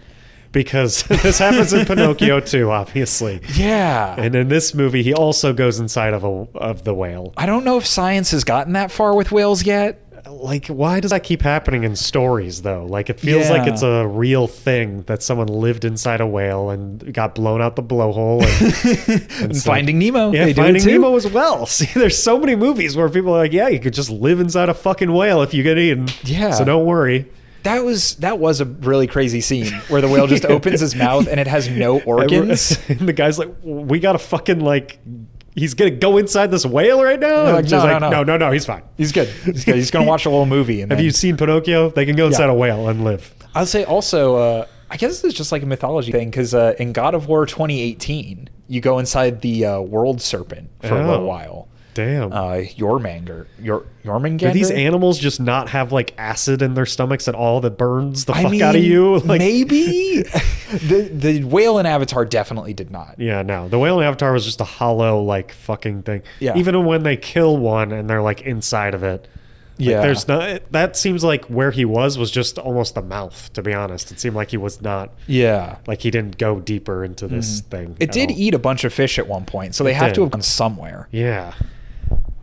S2: Because this happens in Pinocchio too, obviously.
S1: yeah.
S2: And in this movie, he also goes inside of a of the whale.
S1: I don't know if science has gotten that far with whales yet.
S2: like why does that keep happening in stories though like it feels
S1: Yeah.
S2: like it's a real thing that someone lived inside a whale and got blown out the blowhole and,
S1: And
S2: it's like-
S1: Finding Nemo,
S2: yeah
S1: they do it
S2: finding
S1: too.
S2: nemo as well see there's so many movies where people are like yeah you could just live inside a fucking whale if you get eaten
S1: Yeah.
S2: so don't worry
S1: That was that was a really crazy scene where the whale just opens his mouth and it has no organs.
S2: and the guy's like we gotta fucking like he's gonna go inside this whale right now
S1: They're
S2: and
S1: like,
S2: she's
S1: "No, no,
S2: like
S1: no."
S2: no no no he's fine
S1: He's good. He's good. He's gonna watch a little movie. And
S2: have
S1: then-
S2: you seen pinocchio they can go inside a whale and live
S1: I'll say also, uh, I guess this is just like a mythology thing because uh, in God of War 2018, you go inside the uh, world serpent for a
S2: Oh.
S1: little while.
S2: damn
S1: Uh, Jormanger, Yor Jormungandr.
S2: Do these animals just not have like acid in their stomachs at all that burns the
S1: I
S2: fuck
S1: mean,
S2: out of you? Like,
S1: maybe the the whale in Avatar definitely did not.
S2: Yeah, no. The whale in Avatar was just a hollow like fucking thing.
S1: Yeah.
S2: Even when they kill one and they're like inside of it. like,
S1: Yeah.
S2: there's not. That seems like where he was was just almost the mouth. To be honest, it seemed like he was not.
S1: Yeah.
S2: Like he didn't go deeper into this thing.
S1: Mm-hmm. It
S2: at
S1: did
S2: all.
S1: eat a bunch of fish at one point, so they have
S2: did.
S1: to have gone somewhere.
S2: Yeah.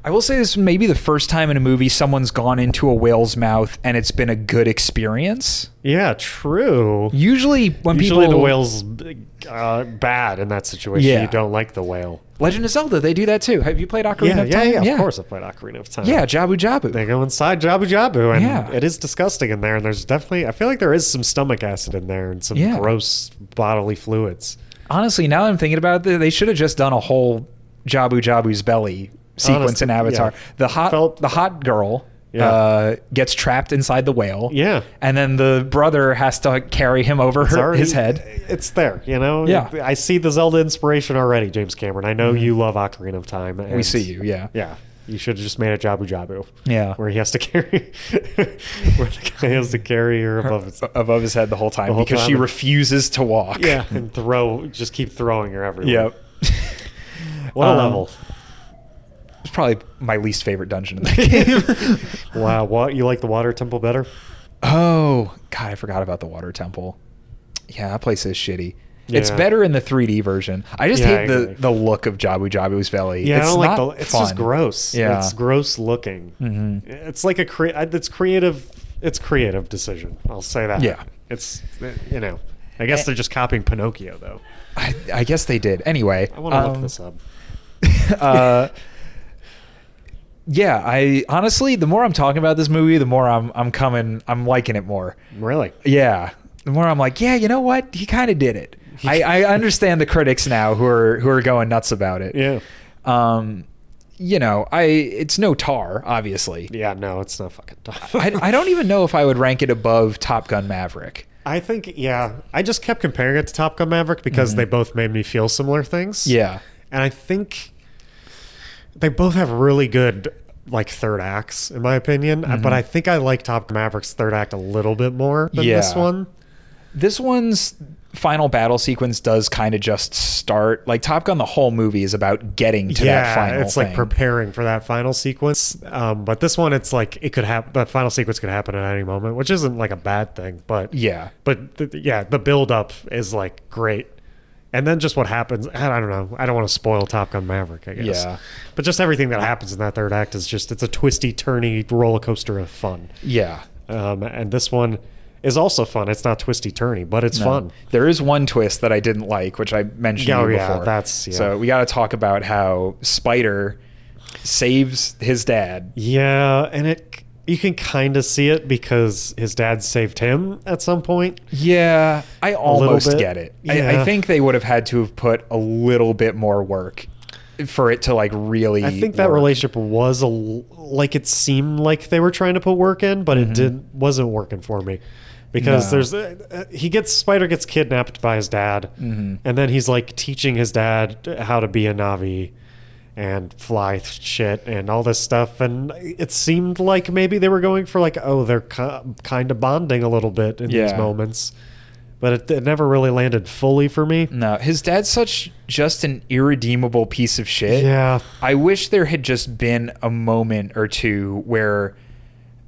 S1: I will say this may be the first time in a movie someone's gone into a whale's mouth and it's been a good experience.
S2: Yeah. True.
S1: Usually, when
S2: Usually
S1: people
S2: the whale's uh, bad in that situation.
S1: Yeah.
S2: You don't like the whale.
S1: Legend of Zelda, they do that too. Have you played Ocarina
S2: Yeah,
S1: of
S2: yeah,
S1: Time?
S2: yeah, Of course, I played Ocarina of Time.
S1: Yeah, Jabu
S2: They
S1: Jabu.
S2: go inside Jabu Jabu, and
S1: Yeah.
S2: it is disgusting in there. And there's definitely, I feel like there is some stomach acid in there and some
S1: Yeah.
S2: gross bodily fluids.
S1: Honestly, now that I'm thinking about it, they should have just done a whole Jabu Jabu's belly sequence
S2: Honestly,
S1: in Avatar.
S2: yeah.
S1: The hot
S2: Felt-
S1: the hot girl
S2: Yeah.
S1: uh, gets trapped inside the whale.
S2: Yeah.
S1: And then the brother has to carry him over
S2: It's
S1: her,
S2: already-
S1: his head.
S2: It's there, you know?
S1: Yeah. Mm-hmm.
S2: I see the Zelda inspiration already, James Cameron. I know you love Ocarina of Time.
S1: We
S2: and-
S1: see you, yeah.
S2: Yeah. You should have just made it Jabu Jabu.
S1: Yeah.
S2: Where he has to carry, where the guy has to carry her above his.
S1: Above his head the whole time
S2: whole
S1: because she
S2: time.
S1: refuses to walk.
S2: Yeah. And throw, just keep throwing her everywhere.
S1: Yep.
S2: What a
S1: Um,
S2: level.
S1: It's probably my least favorite dungeon in the game.
S2: Wow. What? You like the water temple better?
S1: Oh, God, I forgot about the water temple. Yeah, that place is shitty. It's
S2: Yeah.
S1: better in the 3D version. I just
S2: Yeah, I
S1: hate the,
S2: agree.
S1: the look of Jabu Jabu's belly.
S2: Yeah,
S1: it's
S2: I don't
S1: not
S2: like the. It's just
S1: fun.
S2: gross.
S1: Yeah.
S2: it's gross looking.
S1: Mhm.
S2: It's like a cre- I- It's creative. It's creative decision. I'll say that.
S1: Yeah.
S2: it's you know. I guess
S1: Eh.
S2: they're just copying Pinocchio though.
S1: I, I guess they did. Anyway,
S2: I want to look
S1: um,
S2: this up.
S1: uh, yeah, I honestly, the more I'm talking about this movie, the more I'm I'm coming, I'm liking it more.
S2: Really?
S1: Yeah, the more I'm like, yeah, you know what? He kind of did it. I, I understand the critics now who are who are going nuts about it.
S2: Yeah.
S1: um you know i it's no tar obviously
S2: Yeah. No, it's not fucking tough.
S1: I, I don't even know if i would rank it above top gun maverick
S2: I think yeah. I just kept comparing it to Top Gun Maverick because they both made me feel similar things.
S1: Mm-hmm. yeah
S2: and I think they both have really good like third acts in my opinion. Uh,
S1: Mm-hmm.
S2: But I think I like Top Gun Maverick's third act a little bit more than this
S1: Yeah.
S2: one.
S1: this one's final battle sequence does kind of just start like top gun the whole movie is about getting to that final
S2: it's like
S1: thing.
S2: preparing for that final sequence. Um, but this one, it's like it could happen. The final sequence could happen at any moment, which isn't like a bad thing. But
S1: yeah
S2: but th- th- yeah, the build up is like great, and then just what happens. I don't know. I don't want to spoil Top Gun Maverick. I guess.
S1: Yeah.
S2: But just everything that happens in that third act is just it's a twisty, turny roller coaster of fun.
S1: yeah
S2: Um, and this one is also fun. It's not twisty, turny, but it's
S1: No.
S2: fun.
S1: There is one twist that I didn't like, which I mentioned
S2: Oh,
S1: to you
S2: yeah,
S1: before.
S2: that's- yeah.
S1: So we got to talk about how Spider saves his dad.
S2: Yeah, and it you can kind of see it because his dad saved him at some point.
S1: Yeah, I almost
S2: bit.
S1: get it. I,
S2: Yeah.
S1: I think they would have had to have put a little bit more work for it to like really.
S2: I think that
S1: work.
S2: relationship was a l- like it seemed like they were trying to put work in, but it didn't wasn't working for me
S1: Mm-hmm.
S2: because
S1: No.
S2: there's uh, uh, he gets Spider gets kidnapped by his dad,
S1: Mm-hmm.
S2: and then he's like teaching his dad how to be a Navi and fly th- shit and all this stuff and it seemed like maybe they were going for like oh they're kind of bonding a little bit in these
S1: Yeah.
S2: moments but it, it never really landed fully for me
S1: No, his dad's such just an irredeemable piece of shit.
S2: yeah
S1: I wish there had just been a moment or two where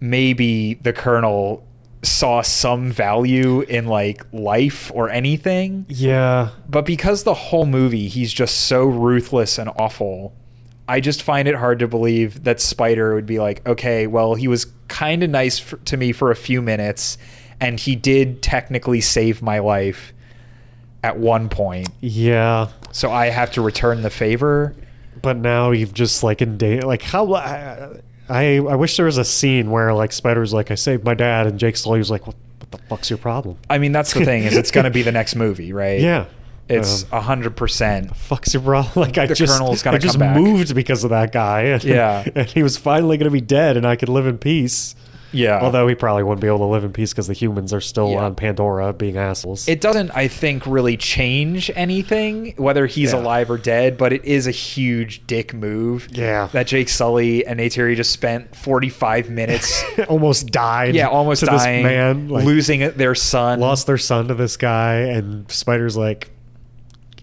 S1: maybe the colonel saw some value in like life or anything.
S2: yeah
S1: But because the whole movie he's just so ruthless and awful, I just find it hard to believe that Spider would be like, okay, well, he was kind of nice f to me for a few minutes, and he did technically save my life at one point.
S2: Yeah.
S1: So I have to return the favor.
S2: But now you've just like in day like how I I I wish there was a scene where like Spider's like I saved my dad and Jake Sully was like what, what the fuck's your problem?
S1: I mean, that's the thing is it's going to be the next movie, right?
S2: Yeah.
S1: It's
S2: Um,
S1: a hundred percent.
S2: fuck's your problem? Like I
S1: The
S2: just
S1: Colonel's gotta
S2: I just
S1: come back.
S2: moved because of that guy. And,
S1: Yeah.
S2: And he was finally going to be dead and I could live in peace.
S1: Yeah.
S2: Although he probably wouldn't be able to live in peace because the humans are still
S1: Yeah.
S2: on Pandora being assholes.
S1: it doesn't, I think, really change anything whether he's
S2: Yeah.
S1: alive or dead. But it is a huge dick move.
S2: Yeah.
S1: That Jake Sully and Neytiri just spent forty-five minutes.
S2: almost died.
S1: yeah, almost
S2: to
S1: dying,
S2: This man like,
S1: losing their son.
S2: lost their son to this guy, and Spider's like,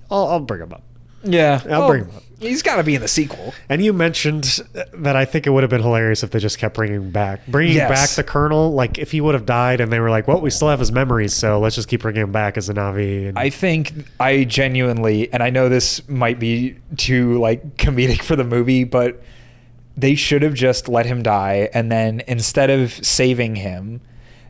S2: "I'll, I'll bring him up."
S1: Yeah.
S2: I'll
S1: Well,
S2: bring him up.
S1: He's got to be in the sequel.
S2: And you mentioned that I think it would have been hilarious if they just kept bringing back, bringing
S1: Yes.
S2: back the Colonel. Like if he would have died, and they were like, "Well, we still have his memories, so let's just keep bringing him back as a Navi." And
S1: I think I genuinely, and I know this might be too like comedic for the movie, but they should have just let him die, and then instead of saving him,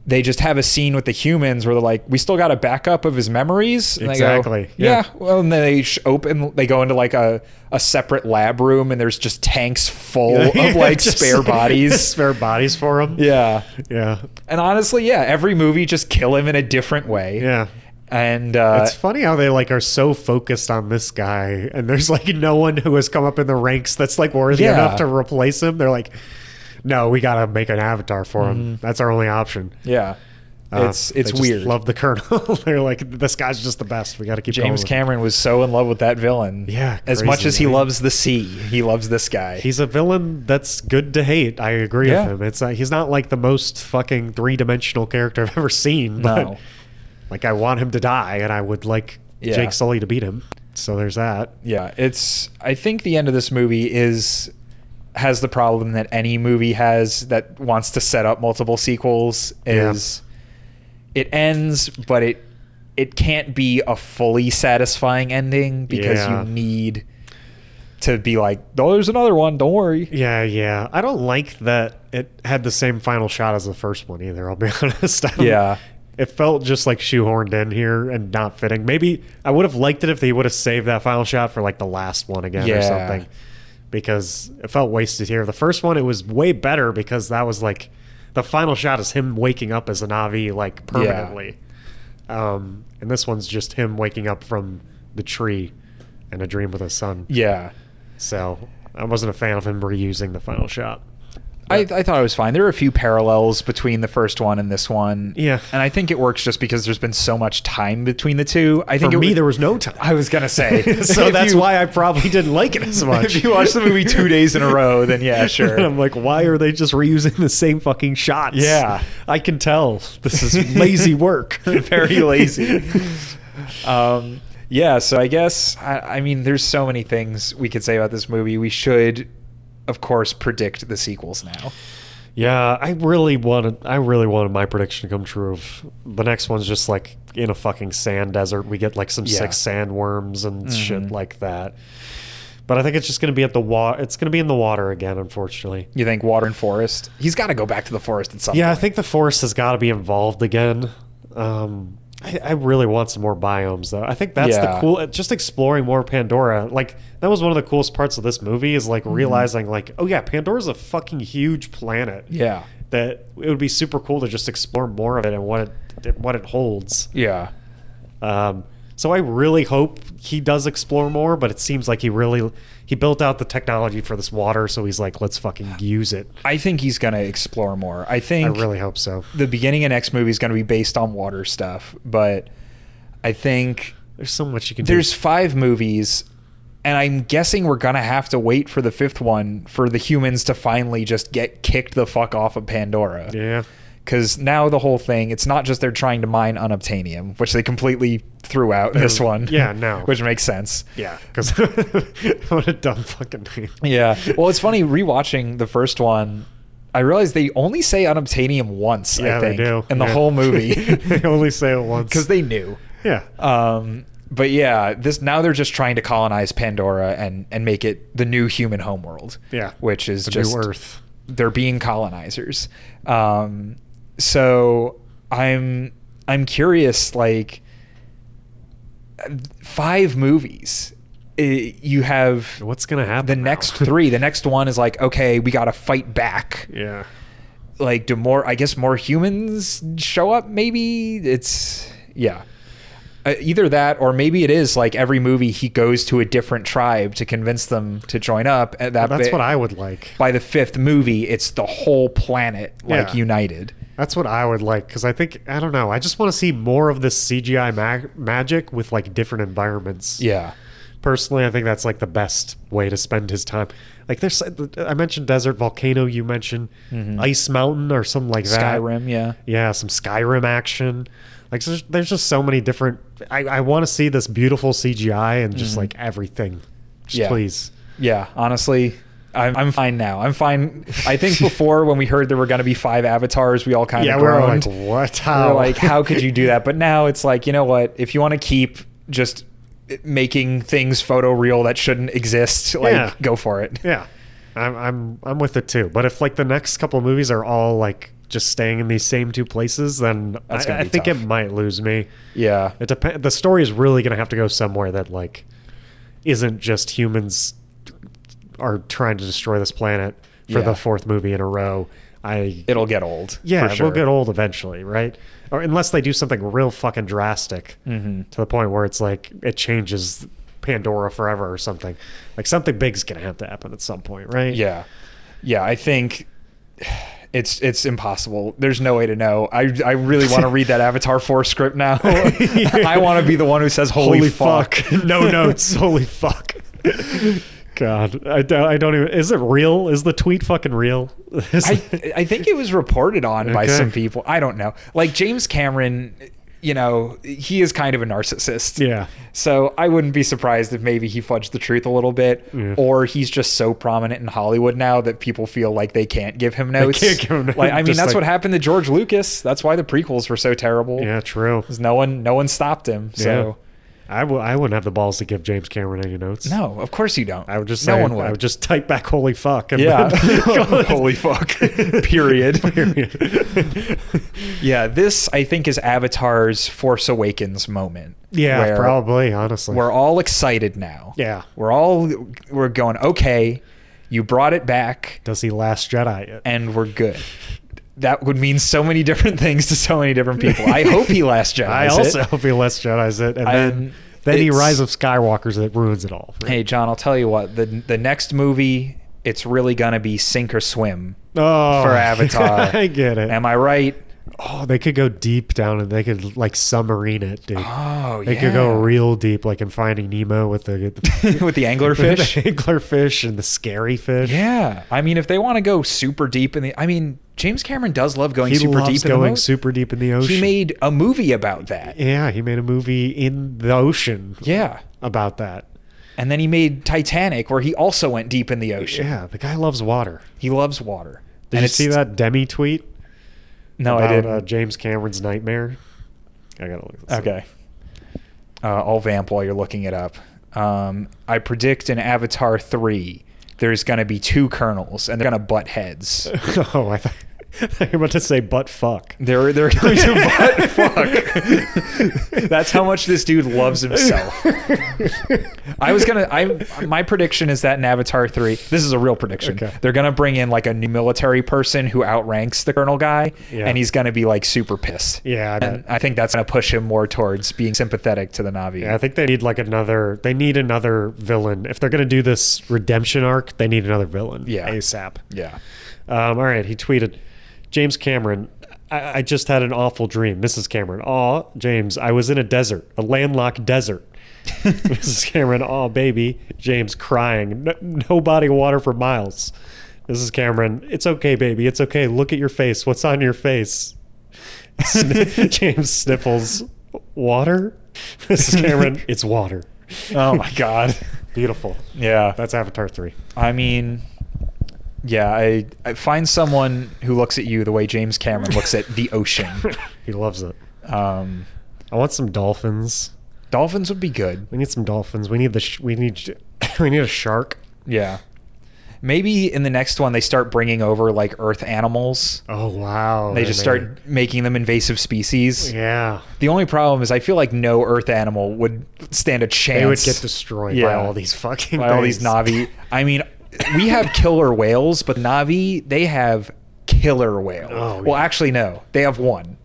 S1: they just have a scene with the humans where they're like, "We still got a backup of his memories." And they go,
S2: Exactly,
S1: yeah.
S2: yeah.
S1: Well, and then they sh- open, they go into like a a separate lab room, and there's just tanks full of like
S2: Just-
S1: spare bodies.
S2: spare bodies for him.
S1: yeah.
S2: yeah,
S1: And honestly, yeah, every movie just kill him in a different way.
S2: yeah.
S1: And uh,
S2: It's funny how they like are so focused on this guy, and there's like no one who has come up in the ranks that's like worthy
S1: Yeah.
S2: enough to replace him. They're like, no, we gotta make an avatar for him. That's our only option.
S1: Yeah.
S2: Uh,
S1: Mm-hmm. It's
S2: they
S1: it's
S2: just
S1: weird.
S2: Love the colonel. They're like, this guy's just the best. We gotta keep going
S1: James
S2: with him."
S1: Cameron was so in love with that villain.
S2: Yeah,
S1: As much
S2: crazy,
S1: as he
S2: right?
S1: loves the sea, he loves this guy.
S2: He's a villain that's good to hate. I agree
S1: Yeah.
S2: with him. It's not, he's not like the most fucking three dimensional character I've ever seen. But
S1: No.
S2: like I want him to die, and I would like
S1: Yeah.
S2: Jake Sully to beat him. So there's that.
S1: yeah, it's I think the end of this movie is has the problem that any movie has that wants to set up multiple sequels
S2: Yeah.
S1: is it ends but it it can't be a fully satisfying ending because
S2: Yeah.
S1: you need to be like, "Oh, there's another one, don't worry."
S2: Yeah, yeah. I don't like that it had the same final shot as the first one either. I'll be honest. I don't-
S1: Yeah.
S2: It felt just like shoehorned in here and not fitting. Maybe I would have liked it if they would have saved that final shot for like the last one again
S1: Yeah.
S2: or something because it felt wasted here. The first one, it was way better because that was like the final shot is him waking up as a Navi like permanently. Um, and this one's just him waking up from the tree and a dream with his son.
S1: Yeah.
S2: So I wasn't a fan of him reusing the final shot.
S1: I, I thought it was fine. There are a few parallels between the first one and this one.
S2: Yeah.
S1: And I think it works just because there's been so much time between the two. I
S2: For
S1: think it
S2: me,
S1: would-
S2: there was no time.
S1: I was going to say.
S2: so
S1: if
S2: that's
S1: you-
S2: why I probably didn't like it as much.
S1: If you watch the movie two days in a row, then yeah, sure.
S2: I'm like, why are they just reusing the same fucking shots?
S1: Yeah.
S2: I can tell this is lazy work.
S1: Very lazy. Um, yeah, so I guess, I, I mean, there's so many things we could say about this movie. We should, of course, predict the sequels now.
S2: Yeah, I really wanted. I really wanted my prediction to come true. Of the next one's just like in a fucking sand desert. We get like some
S1: Yeah.
S2: sick sandworms and shit
S1: Mhm.
S2: like that. But I think it's just going to be at the water. It's going to be in the water again, unfortunately.
S1: You think Water and Forest? He's got to go back to the forest at some
S2: Yeah, I
S1: point.
S2: think the forest has got to be involved again. Um, I, I really want some more biomes, though. I think that's
S1: Yeah.
S2: the cool. Just exploring more Pandora, like that was one of the coolest parts of this movie, is
S1: Mm-hmm.
S2: like realizing, like, oh yeah, Pandora's a fucking huge planet.
S1: Yeah.
S2: that it would be super cool to just explore more of it and what it what it holds.
S1: Yeah.
S2: Um, so I really hope he does explore more, but it seems like he really he built out the technology for this water, so he's like, let's fucking use it.
S1: I think he's going to explore more. I
S2: I
S1: think
S2: really hope so.
S1: the beginning of next movie is going to be based on water stuff, but I think
S2: There's so much you can
S1: there's
S2: do.
S1: five movies, and I'm guessing we're going to have to wait for the fifth one for the humans to finally just get kicked the fuck off of Pandora.
S2: Yeah.
S1: Because now the whole thing, it's not just they're trying to mine unobtainium, which they completely threw out in this
S2: They're-
S1: one.
S2: yeah, no.
S1: which makes sense.
S2: Yeah, because what a dumb fucking name.
S1: Yeah. Well, it's funny rewatching the first one. I realized they only say unobtainium once.
S2: yeah,
S1: I think,
S2: they do.
S1: in the
S2: Yeah.
S1: whole movie
S2: they only say it once.
S1: because they knew.
S2: yeah.
S1: Um, but yeah, this now they're just trying to colonize Pandora and and make it the new human homeworld.
S2: Yeah.
S1: which is
S2: The
S1: just
S2: new Earth.
S1: they're being colonizers. Um, so I'm I'm curious, like five movies. eh, you have
S2: What's gonna happen?
S1: the
S2: now?
S1: next three. The next one is like, okay, we got to fight back.
S2: yeah.
S1: Like, do more? I guess more humans show up. Maybe it's yeah. Uh, either that, or maybe it is like every movie he goes to a different tribe to convince them to join up. At that,
S2: That's
S1: bit-
S2: what I would like.
S1: by the fifth movie, it's the whole planet like
S2: Yeah.
S1: united.
S2: That's what I would like because I think I don't know. I just want to see more of this CGI mag- magic with like different environments.
S1: Yeah.
S2: Personally, I think that's like the best way to spend his time. Like there's, uh, I mentioned desert volcano. You mentioned ice mountain or something like that.
S1: Mm-hmm. Skyrim, yeah.
S2: Yeah, some Skyrim action. Like so there's, there's just so many different. I, I want to see this beautiful CGI and just like everything. Just
S1: Mm-hmm. Yeah.
S2: please.
S1: Yeah, honestly, I'm, I'm fine now. I'm fine. I think before when we heard there were going to be five avatars, we all kind of
S2: Yeah, we're all
S1: groaned.
S2: like, what?
S1: We
S2: How?
S1: were like, how could you do that? But now it's like, you know what? If you want to keep just making things photoreal that shouldn't exist, like
S2: Yeah.
S1: go for it.
S2: Yeah, I'm I'm I'm with it too. But if like the next couple movies are all like just staying in these same two places, then
S1: That's
S2: I,
S1: gonna
S2: I
S1: be
S2: think
S1: tough.
S2: it might lose me.
S1: Yeah.
S2: It depends. The story is really gonna have to go somewhere that like isn't just humans are trying to destroy this planet for
S1: Yeah.
S2: the fourth movie in a row. I
S1: It'll get old.
S2: yeah,
S1: for sure.
S2: we'll get old eventually, right? Or unless they do something real fucking drastic
S1: Mm-hmm.
S2: to the point where it's like it changes Pandora forever or something. Like something big's gonna have to happen at some point, right?
S1: Yeah. Yeah, I think it's it's impossible. There's no way to know. I I really want to read that Avatar 4 script now. I want to be the one who says holy,
S2: Holy, fuck! no notes. Holy fuck! God, I don't, I don't even. Is it real? Is the tweet fucking real? Is
S1: I I think it was reported on by
S2: Okay.
S1: some people. I don't know. Like James Cameron, you know, he is kind of a narcissist.
S2: yeah.
S1: So I wouldn't be surprised if maybe he fudged the truth a little bit,
S2: Yeah.
S1: or he's just so prominent in Hollywood now that people feel like they can't give him notes.
S2: can't give him notes.
S1: Like I mean,
S2: Just
S1: that's
S2: like-
S1: what happened to George Lucas. That's why the prequels were so terrible.
S2: Yeah, true.
S1: 'Cause no one, no one stopped him. So
S2: I w- I wouldn't have the balls to give James Cameron any notes.
S1: no, of course you don't.
S2: I would just
S1: no
S2: say-
S1: one would.
S2: I would just type back "Holy fuck" and
S1: yeah.
S2: then-
S1: Holy fuck. Period. Yeah, this I think is Avatar's Force Awakens moment.
S2: yeah,
S1: where
S2: probably. Honestly,
S1: We're all excited now.
S2: yeah.
S1: We're all we're going, okay, you brought it back
S2: Does he last Jedi yet?
S1: and we're good. That would mean so many different things to so many different people. I hope he last Jedi.
S2: I also hope he last Jedi's it, and
S1: I'm-
S2: then then he
S1: it's-
S2: Rise of Skywalker's it ruins it all.
S1: Hey John, I'll tell you what, the the next movie, it's really gonna be sink or swim.
S2: oh,
S1: for Avatar.
S2: I get it.
S1: Am I right?
S2: Oh, they could go deep down and they could like submarine it, dude.
S1: Oh
S2: they
S1: yeah.
S2: could go real deep, like in Finding Nemo with the, the
S1: with the anglerfish.
S2: the anglerfish, and the scary fish.
S1: Yeah, I mean, if they want to go super deep in the, I mean, James Cameron does love going
S2: he
S1: super
S2: loves
S1: deep in the
S2: going
S1: mo-
S2: super deep in the ocean.
S1: He made a movie about that.
S2: yeah, he made a movie in the ocean
S1: Yeah,
S2: about that.
S1: and then he made Titanic, where he also went deep in the ocean.
S2: Yeah, the guy loves water.
S1: He loves water.
S2: Did
S1: and
S2: you
S1: it's-
S2: see that Demi tweet?
S1: No,
S2: about,
S1: I didn't.
S2: Uh, James Cameron's nightmare. I gotta look. This
S1: okay, uh, I'll vamp while you're looking it up. Um, I predict in Avatar three, there's going to be two colonels, and they're going to butt heads.
S2: Up. oh, I thought you were about to say butt fuck.
S1: They're they're going to butt fuck. That's how much this dude loves himself. I was gonna. I my prediction is that in Avatar three, this is a real prediction.
S2: Okay.
S1: They're gonna bring in like a new military person who outranks the colonel guy,
S2: Yeah.
S1: and he's gonna be like super pissed.
S2: Yeah, I
S1: and
S2: bet.
S1: I think that's gonna push him more towards being sympathetic to the Navi.
S2: Yeah, I think they need like another. They need another villain if they're gonna do this redemption arc. They need another villain.
S1: Yeah.
S2: ASAP.
S1: yeah.
S2: Um, all right, he tweeted, James Cameron, I, I just had an awful dream. Mrs. Cameron, aw, James, I was in a desert, a landlocked desert. Mrs. Cameron, aw, baby. James crying, no, no body of water for miles. Mrs. Cameron, it's okay, baby, it's okay. Look at your face. What's on your face? Sn- James sniffles, water? Mrs. Cameron, it's water.
S1: Oh my god.
S2: Beautiful.
S1: Yeah.
S2: That's Avatar 3.
S1: I mean, yeah. I, I find someone who looks at you the way James Cameron looks at the ocean.
S2: He loves it.
S1: Um,
S2: I want some dolphins.
S1: Dolphins would be good.
S2: We need some dolphins. We need the sh- we need sh- we need a shark.
S1: Yeah. Maybe in the next one they start bringing over like earth animals.
S2: Oh wow!
S1: They just
S2: that'd
S1: start making them invasive species.
S2: be- Yeah,
S1: The only problem is I feel like no earth animal would stand a chance.
S2: they would get destroyed by
S1: Yeah.
S2: all these fucking
S1: by all these
S2: things.
S1: Navi. I mean, we have killer whales, but Navi they have killer whale.
S2: Oh,
S1: well,
S2: yeah.
S1: actually, no, they have one.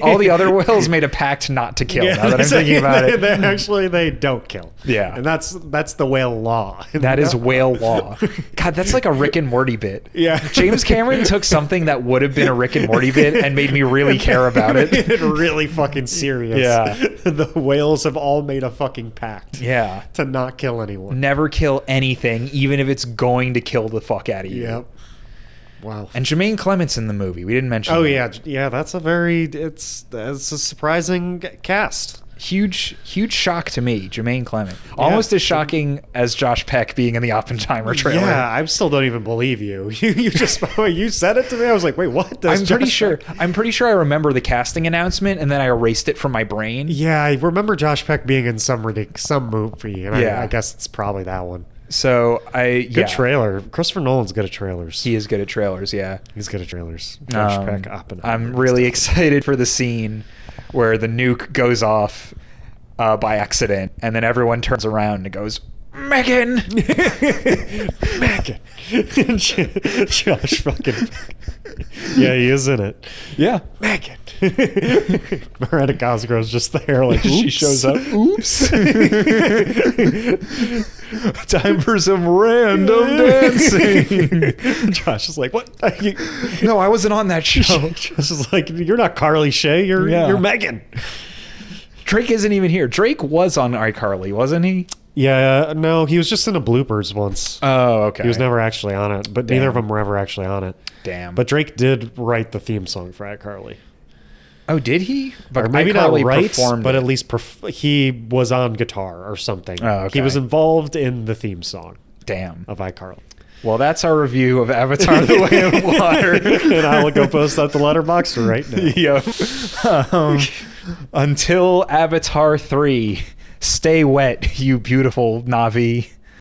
S1: All the other whales made a pact not to kill. now that I'm
S2: they-
S1: thinking about
S2: they,
S1: it,
S2: they actually they don't kill.
S1: Yeah.
S2: and that's that's the whale law.
S1: that is whale law. God, that's like a Rick and Morty bit.
S2: Yeah.
S1: James Cameron took something that would have been a Rick and Morty bit and made me really care about
S2: Made
S1: it.
S2: it really fucking serious.
S1: Yeah.
S2: the whales have all made a fucking pact.
S1: Yeah.
S2: to not kill anyone.
S1: Never kill anything, even if it's going to kill the fuck out of you.
S2: Yep. Wow.
S1: And Jermaine Clements in the movie. We didn't mention
S2: oh
S1: that.
S2: yeah, yeah. That's a very it's it's a surprising cast.
S1: huge huge shock to me jermaine clement almost as shocking as josh peck being in the oppenheimer trailer
S2: Yeah, I still don't even believe you. You you just oh, you said it to me. I was like, wait, what? That's
S1: i'm pretty
S2: Josh-
S1: sure i'm pretty sure i remember the casting announcement and then i erased it from my brain
S2: Yeah, I remember Josh Peck being in some ridic- some movie, and
S1: Yeah.
S2: I, I guess it's probably that one.
S1: so i
S2: Good
S1: yeah
S2: trailer. Christopher Nolan's good at trailers.
S1: he is good at trailers yeah
S2: He's good at trailers. Josh
S1: Um,
S2: Peck, Oppenheimer.
S1: i'm really excited for the scene where the nuke goes off uh, by accident and then everyone turns around and goes megan
S2: Megan. Josh fucking. Yeah, he is in it.
S1: yeah
S2: Megan. Miranda Cosgrove's just there, like
S1: She
S2: "Oops."
S1: shows up. Oops. Time for some random dancing.
S2: Josh is like, what?
S1: no, I wasn't on that show.
S2: Josh is like, you're not Carly Shay. You're
S1: Yeah.
S2: you're Megan.
S1: Drake isn't even here. Drake was on iCarly, wasn't he?
S2: Yeah, no, he was just in a bloopers once.
S1: Oh, okay.
S2: he was never actually on it, but neither of them were ever actually on it.
S1: Damn.
S2: But Drake did write the theme song for iCarly.
S1: oh, did he? But
S2: or maybe not
S1: iCarly
S2: right,
S1: performed
S2: but
S1: it.
S2: at least perf- he was on guitar or something.
S1: Oh, okay.
S2: He was involved in the theme song
S1: Damn.
S2: of iCarly.
S1: Well, that's our review of Avatar: The Way of Water.
S2: and I will go post that to Letterboxd right now.
S1: yep. Um, until Avatar three, stay wet, you beautiful Navi.